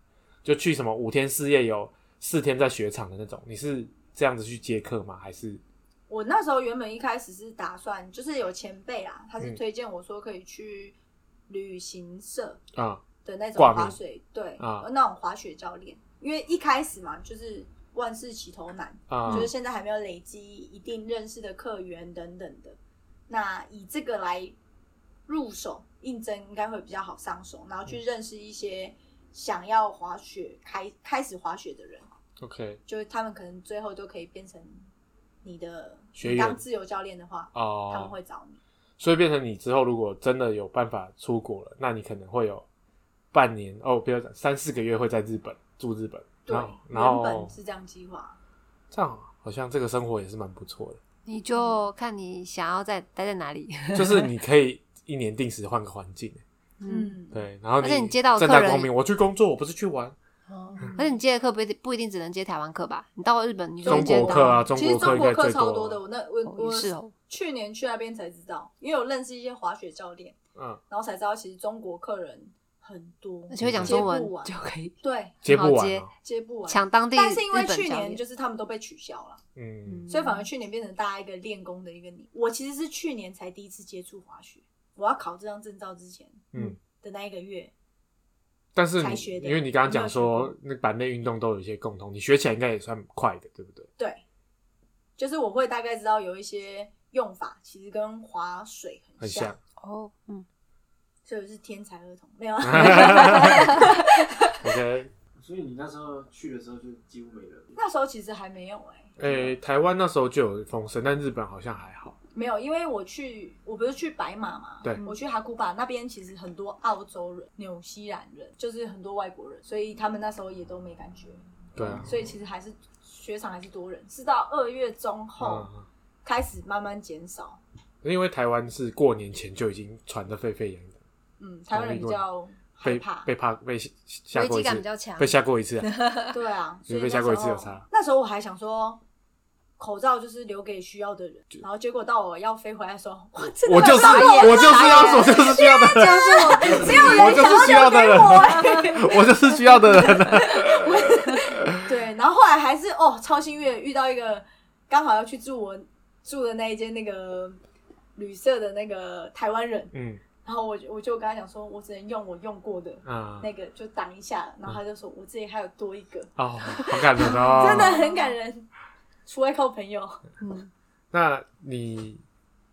Speaker 3: 就去什么五天四夜有四天在雪场的那种，你是这样子去接客吗？还是
Speaker 2: 我那时候原本一开始是打算，就是有前辈啦，他是
Speaker 3: 嗯
Speaker 2: 推荐我说可以去旅行社
Speaker 3: 啊、
Speaker 2: 的那种
Speaker 3: 挂名
Speaker 2: 滑水，对，
Speaker 3: 啊
Speaker 2: 那种滑雪教练，因为一开始嘛，就是万事起头难，
Speaker 3: 啊、
Speaker 2: 就是现在还没有累积一定认识的客源等等的，那以这个来入手应征应该会比较好上手，然后
Speaker 3: 嗯
Speaker 2: 去认识一些想要滑雪开开始滑雪的人，
Speaker 3: o k
Speaker 2: 就是他们可能最后都可以变成你的
Speaker 3: 学
Speaker 2: 你
Speaker 3: 员
Speaker 2: 当自由教练的话，他们
Speaker 3: 哦、
Speaker 2: 会找你。
Speaker 3: 所以变成你之后如果真的有办法出国了，那你可能会有半年哦，不要讲三四个月会在日本住日本，
Speaker 2: 对
Speaker 3: 然后，然
Speaker 2: 原
Speaker 3: 后
Speaker 2: 本是这样计划。
Speaker 3: 这样好像这个生活也是蛮不错
Speaker 1: 你就看你想要在待在哪里。
Speaker 3: 的，就是你可以一年定时换个环境，
Speaker 1: 嗯，
Speaker 2: 嗯，
Speaker 3: 对，然后
Speaker 1: 而且你接到的
Speaker 3: 正
Speaker 1: 客人
Speaker 3: 大光明，我去工作，我不是去玩嗯
Speaker 1: 而且你接的课不一定不一定只能接台湾课吧？你到日本你就
Speaker 3: 中
Speaker 1: 能接
Speaker 3: 国
Speaker 1: 到
Speaker 3: 客啊，中
Speaker 2: 其实
Speaker 3: 客
Speaker 2: 中
Speaker 3: 应
Speaker 2: 国
Speaker 3: 该
Speaker 2: 课
Speaker 3: 最
Speaker 2: 超
Speaker 3: 多
Speaker 2: 的，我那我
Speaker 1: 哦
Speaker 2: 我
Speaker 1: 也是哦，
Speaker 2: 去年去那边才知道，因为我认识一些滑雪教练，
Speaker 3: 嗯，
Speaker 2: 然后才知道其实中国客人很多，
Speaker 1: 而且会讲
Speaker 2: 接
Speaker 1: 中
Speaker 2: 不
Speaker 1: 文
Speaker 2: 完
Speaker 1: 就可以
Speaker 2: 对，
Speaker 3: 接不
Speaker 1: 好
Speaker 3: 完
Speaker 1: 接
Speaker 3: 啊，
Speaker 2: 接不完。
Speaker 1: 抢当地日
Speaker 2: 但
Speaker 1: 本
Speaker 2: 是
Speaker 1: 教
Speaker 2: 因
Speaker 1: 练。
Speaker 2: 为去年就是他们都被取消了，
Speaker 3: 嗯，
Speaker 2: 所以反而去年变成大家一个练功的一个你。我其实是去年才第一次接触滑雪，我要考这张证照之前，
Speaker 3: 嗯
Speaker 2: 的那一个月，
Speaker 3: 但是你
Speaker 2: 才学的
Speaker 3: 因为你刚刚讲
Speaker 2: 有没
Speaker 3: 说那板类运动都有一些共通，你学起来应该也算快的，对不对？
Speaker 2: 对，就是我会大概知道有一些用法，其实跟划水
Speaker 3: 很
Speaker 2: 像，
Speaker 3: 像，
Speaker 1: 哦，嗯，
Speaker 2: 所以我是天才儿童，没 有啊，
Speaker 3: OK，
Speaker 4: 所以你那时候去的时候就几乎没人。
Speaker 2: 那时候其实还没有哎、
Speaker 3: 诶，台湾那时候就有风声，但日本好像还好。
Speaker 2: 没有，因为我去，我不是去白马嘛，
Speaker 3: 对
Speaker 2: 我去哈库巴那边，其实很多澳洲人、纽西兰人，就是很多外国人，所以他们那时候也都没感觉，
Speaker 3: 对啊，
Speaker 2: 所以其实还是雪场还是多人，是到二月中后、
Speaker 3: 嗯，
Speaker 2: 开始慢慢减少。
Speaker 3: 因为台湾是过年前就已经传得沸沸扬扬，
Speaker 2: 嗯，台湾人比较害
Speaker 3: 被
Speaker 2: 怕，
Speaker 3: 被怕被吓
Speaker 1: 危
Speaker 3: 过
Speaker 1: 机
Speaker 3: 一
Speaker 1: 感比
Speaker 3: 次，
Speaker 1: 较强
Speaker 3: 被。吓过一次啊，
Speaker 2: 对啊，
Speaker 3: 有
Speaker 2: 所以那
Speaker 3: 被吓过一次
Speaker 2: 时候
Speaker 3: 有差
Speaker 2: 那时候我还想说。口罩就是留给需要的人，然后结果到我要飞回来的时候，我真的
Speaker 3: 我就是我就是要我就是需要的人，
Speaker 2: 就是 我，只有
Speaker 3: 我
Speaker 2: 人
Speaker 3: 就
Speaker 2: 想
Speaker 3: 是需
Speaker 2: 要
Speaker 3: 要
Speaker 2: 留
Speaker 3: 的
Speaker 2: 给
Speaker 3: 人
Speaker 2: 我、
Speaker 3: 啊，
Speaker 2: 欸。
Speaker 3: 我就是需要的人啊。
Speaker 2: 对，然后后来还是哦，超幸运遇到一个刚好要去住我住的那一间那个旅社的那个台湾人，
Speaker 3: 嗯
Speaker 2: 然后我就我就跟他讲说，我只能用我用过的
Speaker 3: 啊
Speaker 2: 那个就挡一下，然后他就说我自己还有多一个，
Speaker 3: 哦，好感人 哦，
Speaker 2: 真的。很感人，除外靠朋友。
Speaker 1: 嗯，
Speaker 3: 那你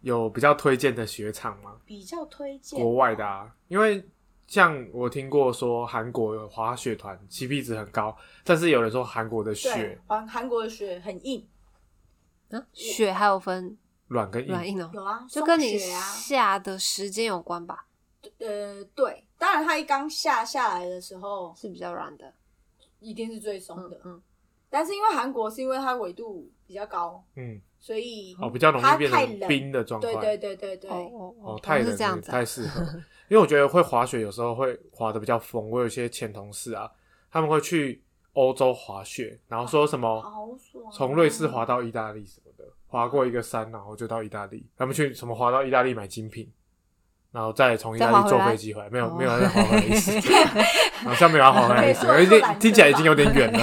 Speaker 3: 有比较推荐的雪场吗？
Speaker 2: 比较推荐
Speaker 3: 国外的啊，因为像我听过说韩国有滑雪团 CP 值很高，但是有人说韩国的
Speaker 2: 对
Speaker 3: 雪
Speaker 2: 韩韩国的雪很硬，
Speaker 1: 啊雪还有分
Speaker 3: 软跟
Speaker 1: 软
Speaker 3: 硬，
Speaker 1: 硬哦，
Speaker 2: 有啊，
Speaker 1: 就跟你
Speaker 2: 松雪啊，
Speaker 1: 下的时间有关吧，
Speaker 2: 呃，对，当然它一刚下下来的时候
Speaker 1: 是比较软的。
Speaker 2: 一定是最松
Speaker 1: 嗯
Speaker 2: 的，
Speaker 1: 嗯，
Speaker 2: 但是因为韩国是因为它纬度比较高，
Speaker 3: 嗯，
Speaker 2: 所以
Speaker 3: 哦，比较容
Speaker 2: 它
Speaker 3: 易变
Speaker 2: 太
Speaker 3: 成
Speaker 2: 冷
Speaker 3: 冰的状态。
Speaker 2: 对对对对对，
Speaker 1: 哦哦
Speaker 3: 哦
Speaker 1: 哦，，
Speaker 3: 太冷
Speaker 1: 是这样
Speaker 3: 了
Speaker 1: 子啊
Speaker 3: 太。适合。因为我觉得会滑雪有时候会滑的比较疯。我有一些前同事啊，他们会去欧洲滑雪，然后说什
Speaker 1: 啊
Speaker 3: 么
Speaker 2: 好爽、
Speaker 3: 从瑞士滑，到意大利什么的，滑过一个山，然后就到意大利。他们去什么滑到意大利买精品，然后再从意大
Speaker 1: 再滑
Speaker 3: 利
Speaker 1: 回
Speaker 3: 坐
Speaker 1: 来
Speaker 3: 飞机回来，没有
Speaker 1: 哦
Speaker 3: 没有要再滑回来一次， 好像没有要滑回来一次，
Speaker 2: 可以坐
Speaker 3: 有一点
Speaker 2: 坐缆车
Speaker 3: 听起来已
Speaker 2: 吧
Speaker 3: 经有点 远了，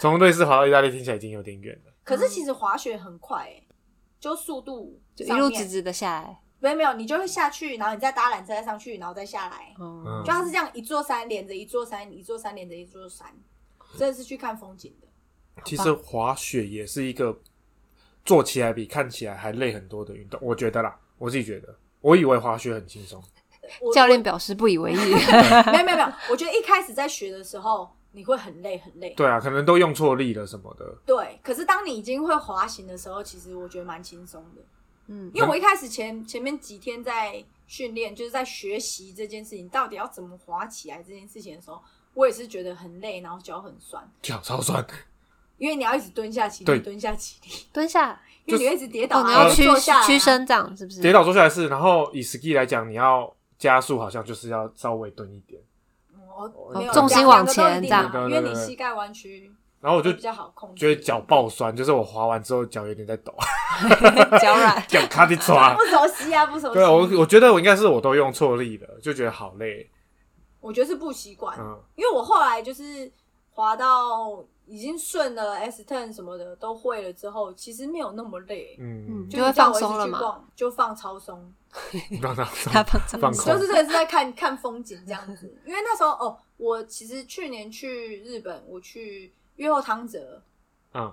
Speaker 3: 从瑞士滑到意大利听起来已经有点远了。
Speaker 2: 可是其实滑雪很快、欸，就速度
Speaker 1: 就一
Speaker 2: 上
Speaker 1: 路
Speaker 2: 面
Speaker 1: 直直的下来。
Speaker 2: 没有没有，你就会下去，然后你再搭缆车再上去，然后再下来，
Speaker 1: 哦
Speaker 3: 嗯，
Speaker 2: 就它是这样一座山连着一座山，一座山连着一座山，真的是去看风景的。
Speaker 3: 其实滑雪也是一个做起来比看起来还累很多的运动，我觉得啦，我自己觉得，我以为滑雪很轻松，
Speaker 2: 我
Speaker 1: 教练表示不以为意。
Speaker 2: 没有没有没有，我觉得一开始在学的时候你会很累很累，
Speaker 3: 对啊，可能都用错力了什么的，
Speaker 2: 对。可是当你已经会滑行的时候，其实我觉得蛮轻松的，
Speaker 1: 嗯，
Speaker 2: 因为我一开始前前面几天在训练，就是在学习这件事情到底要怎么滑起来这件事情的时候，我也是觉得很累，然后脚很酸，
Speaker 3: 脚超酸，
Speaker 2: 嗯因为你要一直蹲下起
Speaker 3: 对
Speaker 2: 立，蹲下起立，
Speaker 1: 蹲下，
Speaker 2: 因为你会一直跌倒
Speaker 1: 哦，
Speaker 2: 啊，
Speaker 1: 你要
Speaker 2: 然后
Speaker 1: 屈
Speaker 2: 坐下来啊
Speaker 1: 屈，伸这样是不是？
Speaker 3: 跌倒坐下来是，然后以 ski 来讲，你要加速好像就是要稍微蹲一点，
Speaker 2: 我没有
Speaker 1: 哦重心往前这样
Speaker 2: 两个都一定啊因为你膝盖弯曲，
Speaker 3: 然后
Speaker 2: 我
Speaker 3: 我就
Speaker 2: 比较好控制，
Speaker 3: 觉得脚爆酸，就是我滑完之后脚有点在抖，
Speaker 1: 脚 软。
Speaker 3: 脚卡地抓
Speaker 2: 不。熟悉啊，不熟悉。
Speaker 3: 对啊，我我觉得我应该是我都用错力了，就觉得好累。
Speaker 2: 我觉得是不习惯，
Speaker 3: 嗯，
Speaker 2: 因为我后来就是滑到已经顺了 S turn 什么的都会了之后，其实没有那么累，
Speaker 3: 嗯，
Speaker 1: 就会放松了嘛
Speaker 2: 嘛，就放超松，
Speaker 3: 让他
Speaker 1: 他
Speaker 3: 放
Speaker 1: 放
Speaker 3: 放
Speaker 2: 就
Speaker 3: 空
Speaker 2: 是。真的是在看看风景这样子。因为那时候哦，我其实去年去日本，我去越后汤泽，
Speaker 3: 嗯，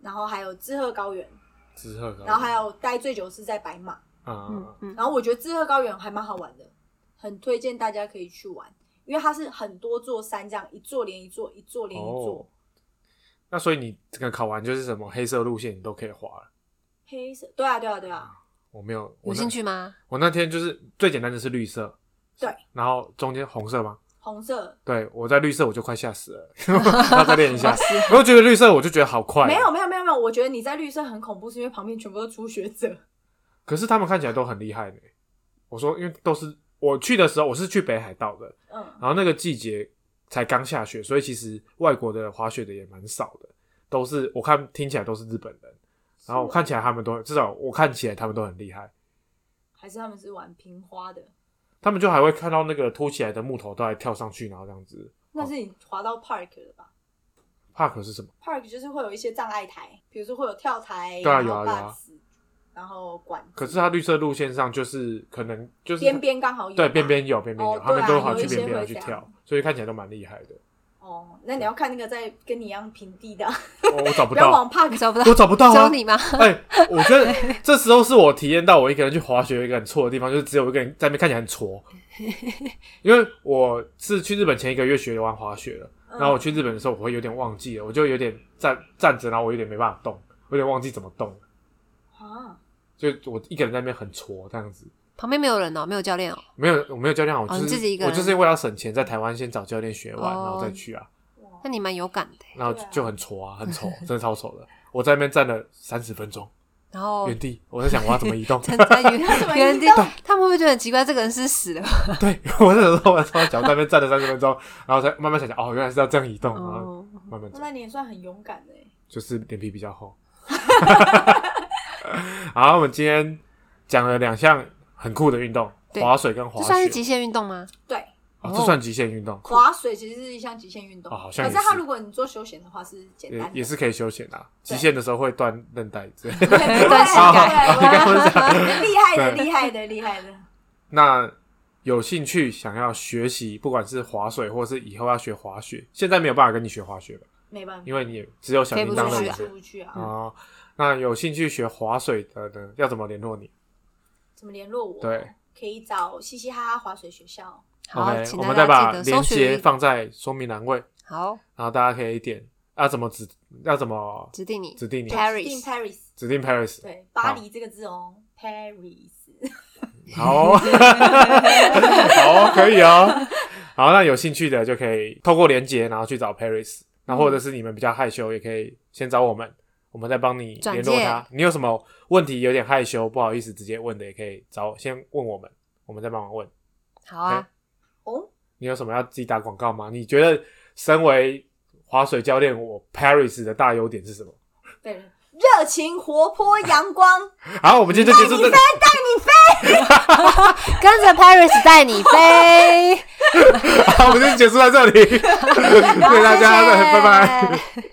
Speaker 2: 然后还有志贺高原，
Speaker 3: 之后可能
Speaker 2: 然后还有待最久是在白马。
Speaker 3: 嗯
Speaker 1: 嗯嗯，
Speaker 2: 然后我觉得志贺高原还蛮好玩的，很推荐大家可以去玩，因为它是很多座山这样一座连一座，一座连一座。
Speaker 3: 哦，那所以你这个考完就是什么黑色路线你都可以滑了。
Speaker 2: 黑色，对啊，对啊，对啊，
Speaker 3: 我没有，
Speaker 1: 有
Speaker 3: 我
Speaker 1: 兴
Speaker 3: 那
Speaker 1: 趣 吗？
Speaker 3: 我那天就是最简单的是绿色，
Speaker 2: 对，
Speaker 3: 然后中间红色吗？
Speaker 2: 红色。
Speaker 3: 对，我在绿色我就快吓死了，要再练一下。我就觉得绿色我就觉得好快，哦
Speaker 2: 没有没有没有没有，我觉得你在绿色很恐怖，是因为旁边全部都初学者。
Speaker 3: 可是他们看起来都很厉害呢。我说，因为都是我去的时候，我是去北海道的，
Speaker 2: 嗯，
Speaker 3: 然后那个季节才刚下雪，所以其实外国的滑雪的也蛮少的，都是我看听起来都是日本人。然
Speaker 2: 嗯
Speaker 3: 后
Speaker 2: 哦
Speaker 3: 我看起来他们都至少我看起来他们都很厉害，
Speaker 2: 还是他们是玩平花的，
Speaker 3: 他们就还会看到那个凸起来的木头都还跳上去，然后这样子。
Speaker 2: 那是你滑到 park 了吧
Speaker 3: Park 是什么？
Speaker 2: ？park 就是会有一些障碍台，比如说会有跳台，
Speaker 3: 对啊
Speaker 2: 然
Speaker 3: 有啊
Speaker 2: 后
Speaker 3: 有啊
Speaker 2: box，然后管子。
Speaker 3: 可是它绿色路线上就是可能就是
Speaker 2: 边边刚好有
Speaker 3: 对
Speaker 2: 吧
Speaker 3: 边边有边边有，
Speaker 2: 哦
Speaker 3: 他们
Speaker 2: 对啊
Speaker 3: 都好
Speaker 2: 有
Speaker 3: 去
Speaker 2: 一些
Speaker 3: 边边
Speaker 2: 会
Speaker 3: 要去
Speaker 2: 这样
Speaker 3: 跳，所以看起来都蛮厉害 的。
Speaker 2: 哦，那你要看那个在跟你一样平地的，
Speaker 3: 哦我我找不
Speaker 2: 不要
Speaker 3: 到，
Speaker 2: 往 park
Speaker 1: 你找不到
Speaker 3: 我，找不到
Speaker 1: 只有
Speaker 3: 啊！
Speaker 1: 你吗？
Speaker 3: 哎、我觉得这时候是我体验到我一个人去滑雪有一个很错的地方，就是只有我一个人在那边看起来很挫。因为我是去日本前一个月学完滑雪了，
Speaker 2: 嗯
Speaker 3: 然后我去日本的时候，我会有点忘记了，我就有点站站着，然后我有点没办法动，我有点忘记怎么动了，
Speaker 2: 啊，
Speaker 3: 就我一个人在那边很挫这样子。
Speaker 1: 旁边没有人哦，没有教练哦。
Speaker 3: 没有，我没有教练，我
Speaker 1: 哦
Speaker 3: 就是、
Speaker 1: 你自己一个
Speaker 3: 我
Speaker 1: 人
Speaker 3: 就是为了省钱，在台湾先找教练学完，
Speaker 1: 哦
Speaker 3: 然后再去啊，
Speaker 2: 哇
Speaker 1: 那你蛮有感的。
Speaker 3: 然后就,、
Speaker 2: 对啊
Speaker 3: 很挫啊，很丑，真的超丑的。我在那边站了三十分钟，
Speaker 1: 然后
Speaker 3: 原地，我在想我要怎么 移动。
Speaker 1: 站在 原
Speaker 2: 怎么移动
Speaker 1: 原地，他们会不会觉得很奇怪？这个人是死了吗？
Speaker 3: 对，我那时候我在脚在那边站了三十分钟，然后才慢慢想想，哦，原来是要这样移动，然后
Speaker 1: 哦，
Speaker 3: 慢慢走，
Speaker 2: 那你也算很勇敢的欸。
Speaker 3: 就是脸皮比较厚。 好，我们今天讲了两项很酷的运动，
Speaker 1: 对
Speaker 3: 滑水跟滑
Speaker 1: 这
Speaker 3: 雪，
Speaker 1: 算是极限运动吗？
Speaker 2: 对，
Speaker 3: 哦这算极限运动，
Speaker 2: 滑水其实是一项极限运动，
Speaker 3: 哦好像也
Speaker 2: 可
Speaker 3: 是
Speaker 2: 是它如果你做休闲的话是简
Speaker 3: 也
Speaker 2: 单的，
Speaker 3: 也是可以休闲啊。极
Speaker 2: 对
Speaker 3: 限的时候会断韧带之类的。
Speaker 2: 对对
Speaker 1: 断膝盖
Speaker 2: 对，厉害的
Speaker 3: 对
Speaker 2: 厉害的厉害的，
Speaker 3: 那有兴趣想要学习，不管是划水或是以后要学滑雪，现在没有办法跟你学滑雪吧，
Speaker 2: 没办法，
Speaker 3: 因为你也只有小铃
Speaker 1: 嗯不
Speaker 2: 出
Speaker 1: 出
Speaker 3: 铛
Speaker 1: 去
Speaker 2: 去
Speaker 3: 的
Speaker 1: 啊
Speaker 2: 出
Speaker 3: 人
Speaker 2: 不去啊，
Speaker 3: 哦。那有兴趣学滑水的呢，要怎么联络你？
Speaker 2: 怎么联络我？
Speaker 3: 对，
Speaker 2: 可以找嘻嘻哈哈滑水学校。
Speaker 1: 好啊
Speaker 3: OK，
Speaker 1: 请
Speaker 3: 我
Speaker 1: 大
Speaker 3: 们再
Speaker 1: 家
Speaker 3: 把
Speaker 1: 记得
Speaker 3: 链
Speaker 1: 搜
Speaker 3: 接
Speaker 1: 寻。
Speaker 3: 放在说明栏位，
Speaker 1: 好，
Speaker 3: 然后大家可以点要怎么指要怎么
Speaker 1: 指定你
Speaker 3: 指定你
Speaker 1: Paris
Speaker 2: 指定 Paris，
Speaker 3: 指定 Paris。
Speaker 2: 对，巴黎这个字哦，Paris。
Speaker 3: 好哦，好哦，可以哦。好，那有兴趣的就可以透过连接，然后去找 Paris，那或者是你们比较害羞，也可以先找我们，我们再帮你联络
Speaker 1: 转
Speaker 3: 他。你有什么问题有点害羞，不好意思直接问的，也可以找先问我们，我们再帮忙问。
Speaker 1: 好啊，
Speaker 2: 哦，
Speaker 3: 你有什么要自己打广告吗？你觉得身为滑水教练，我 Paris 的大优点是什么？
Speaker 2: 对，热情活泼阳光，
Speaker 3: 好，我们今天就结束这。
Speaker 2: 带你飞，带你飞。
Speaker 1: 跟着 Paris 带你飞。
Speaker 3: 好，我们就结束在这里，谢谢大家，
Speaker 1: 谢谢
Speaker 3: 拜拜。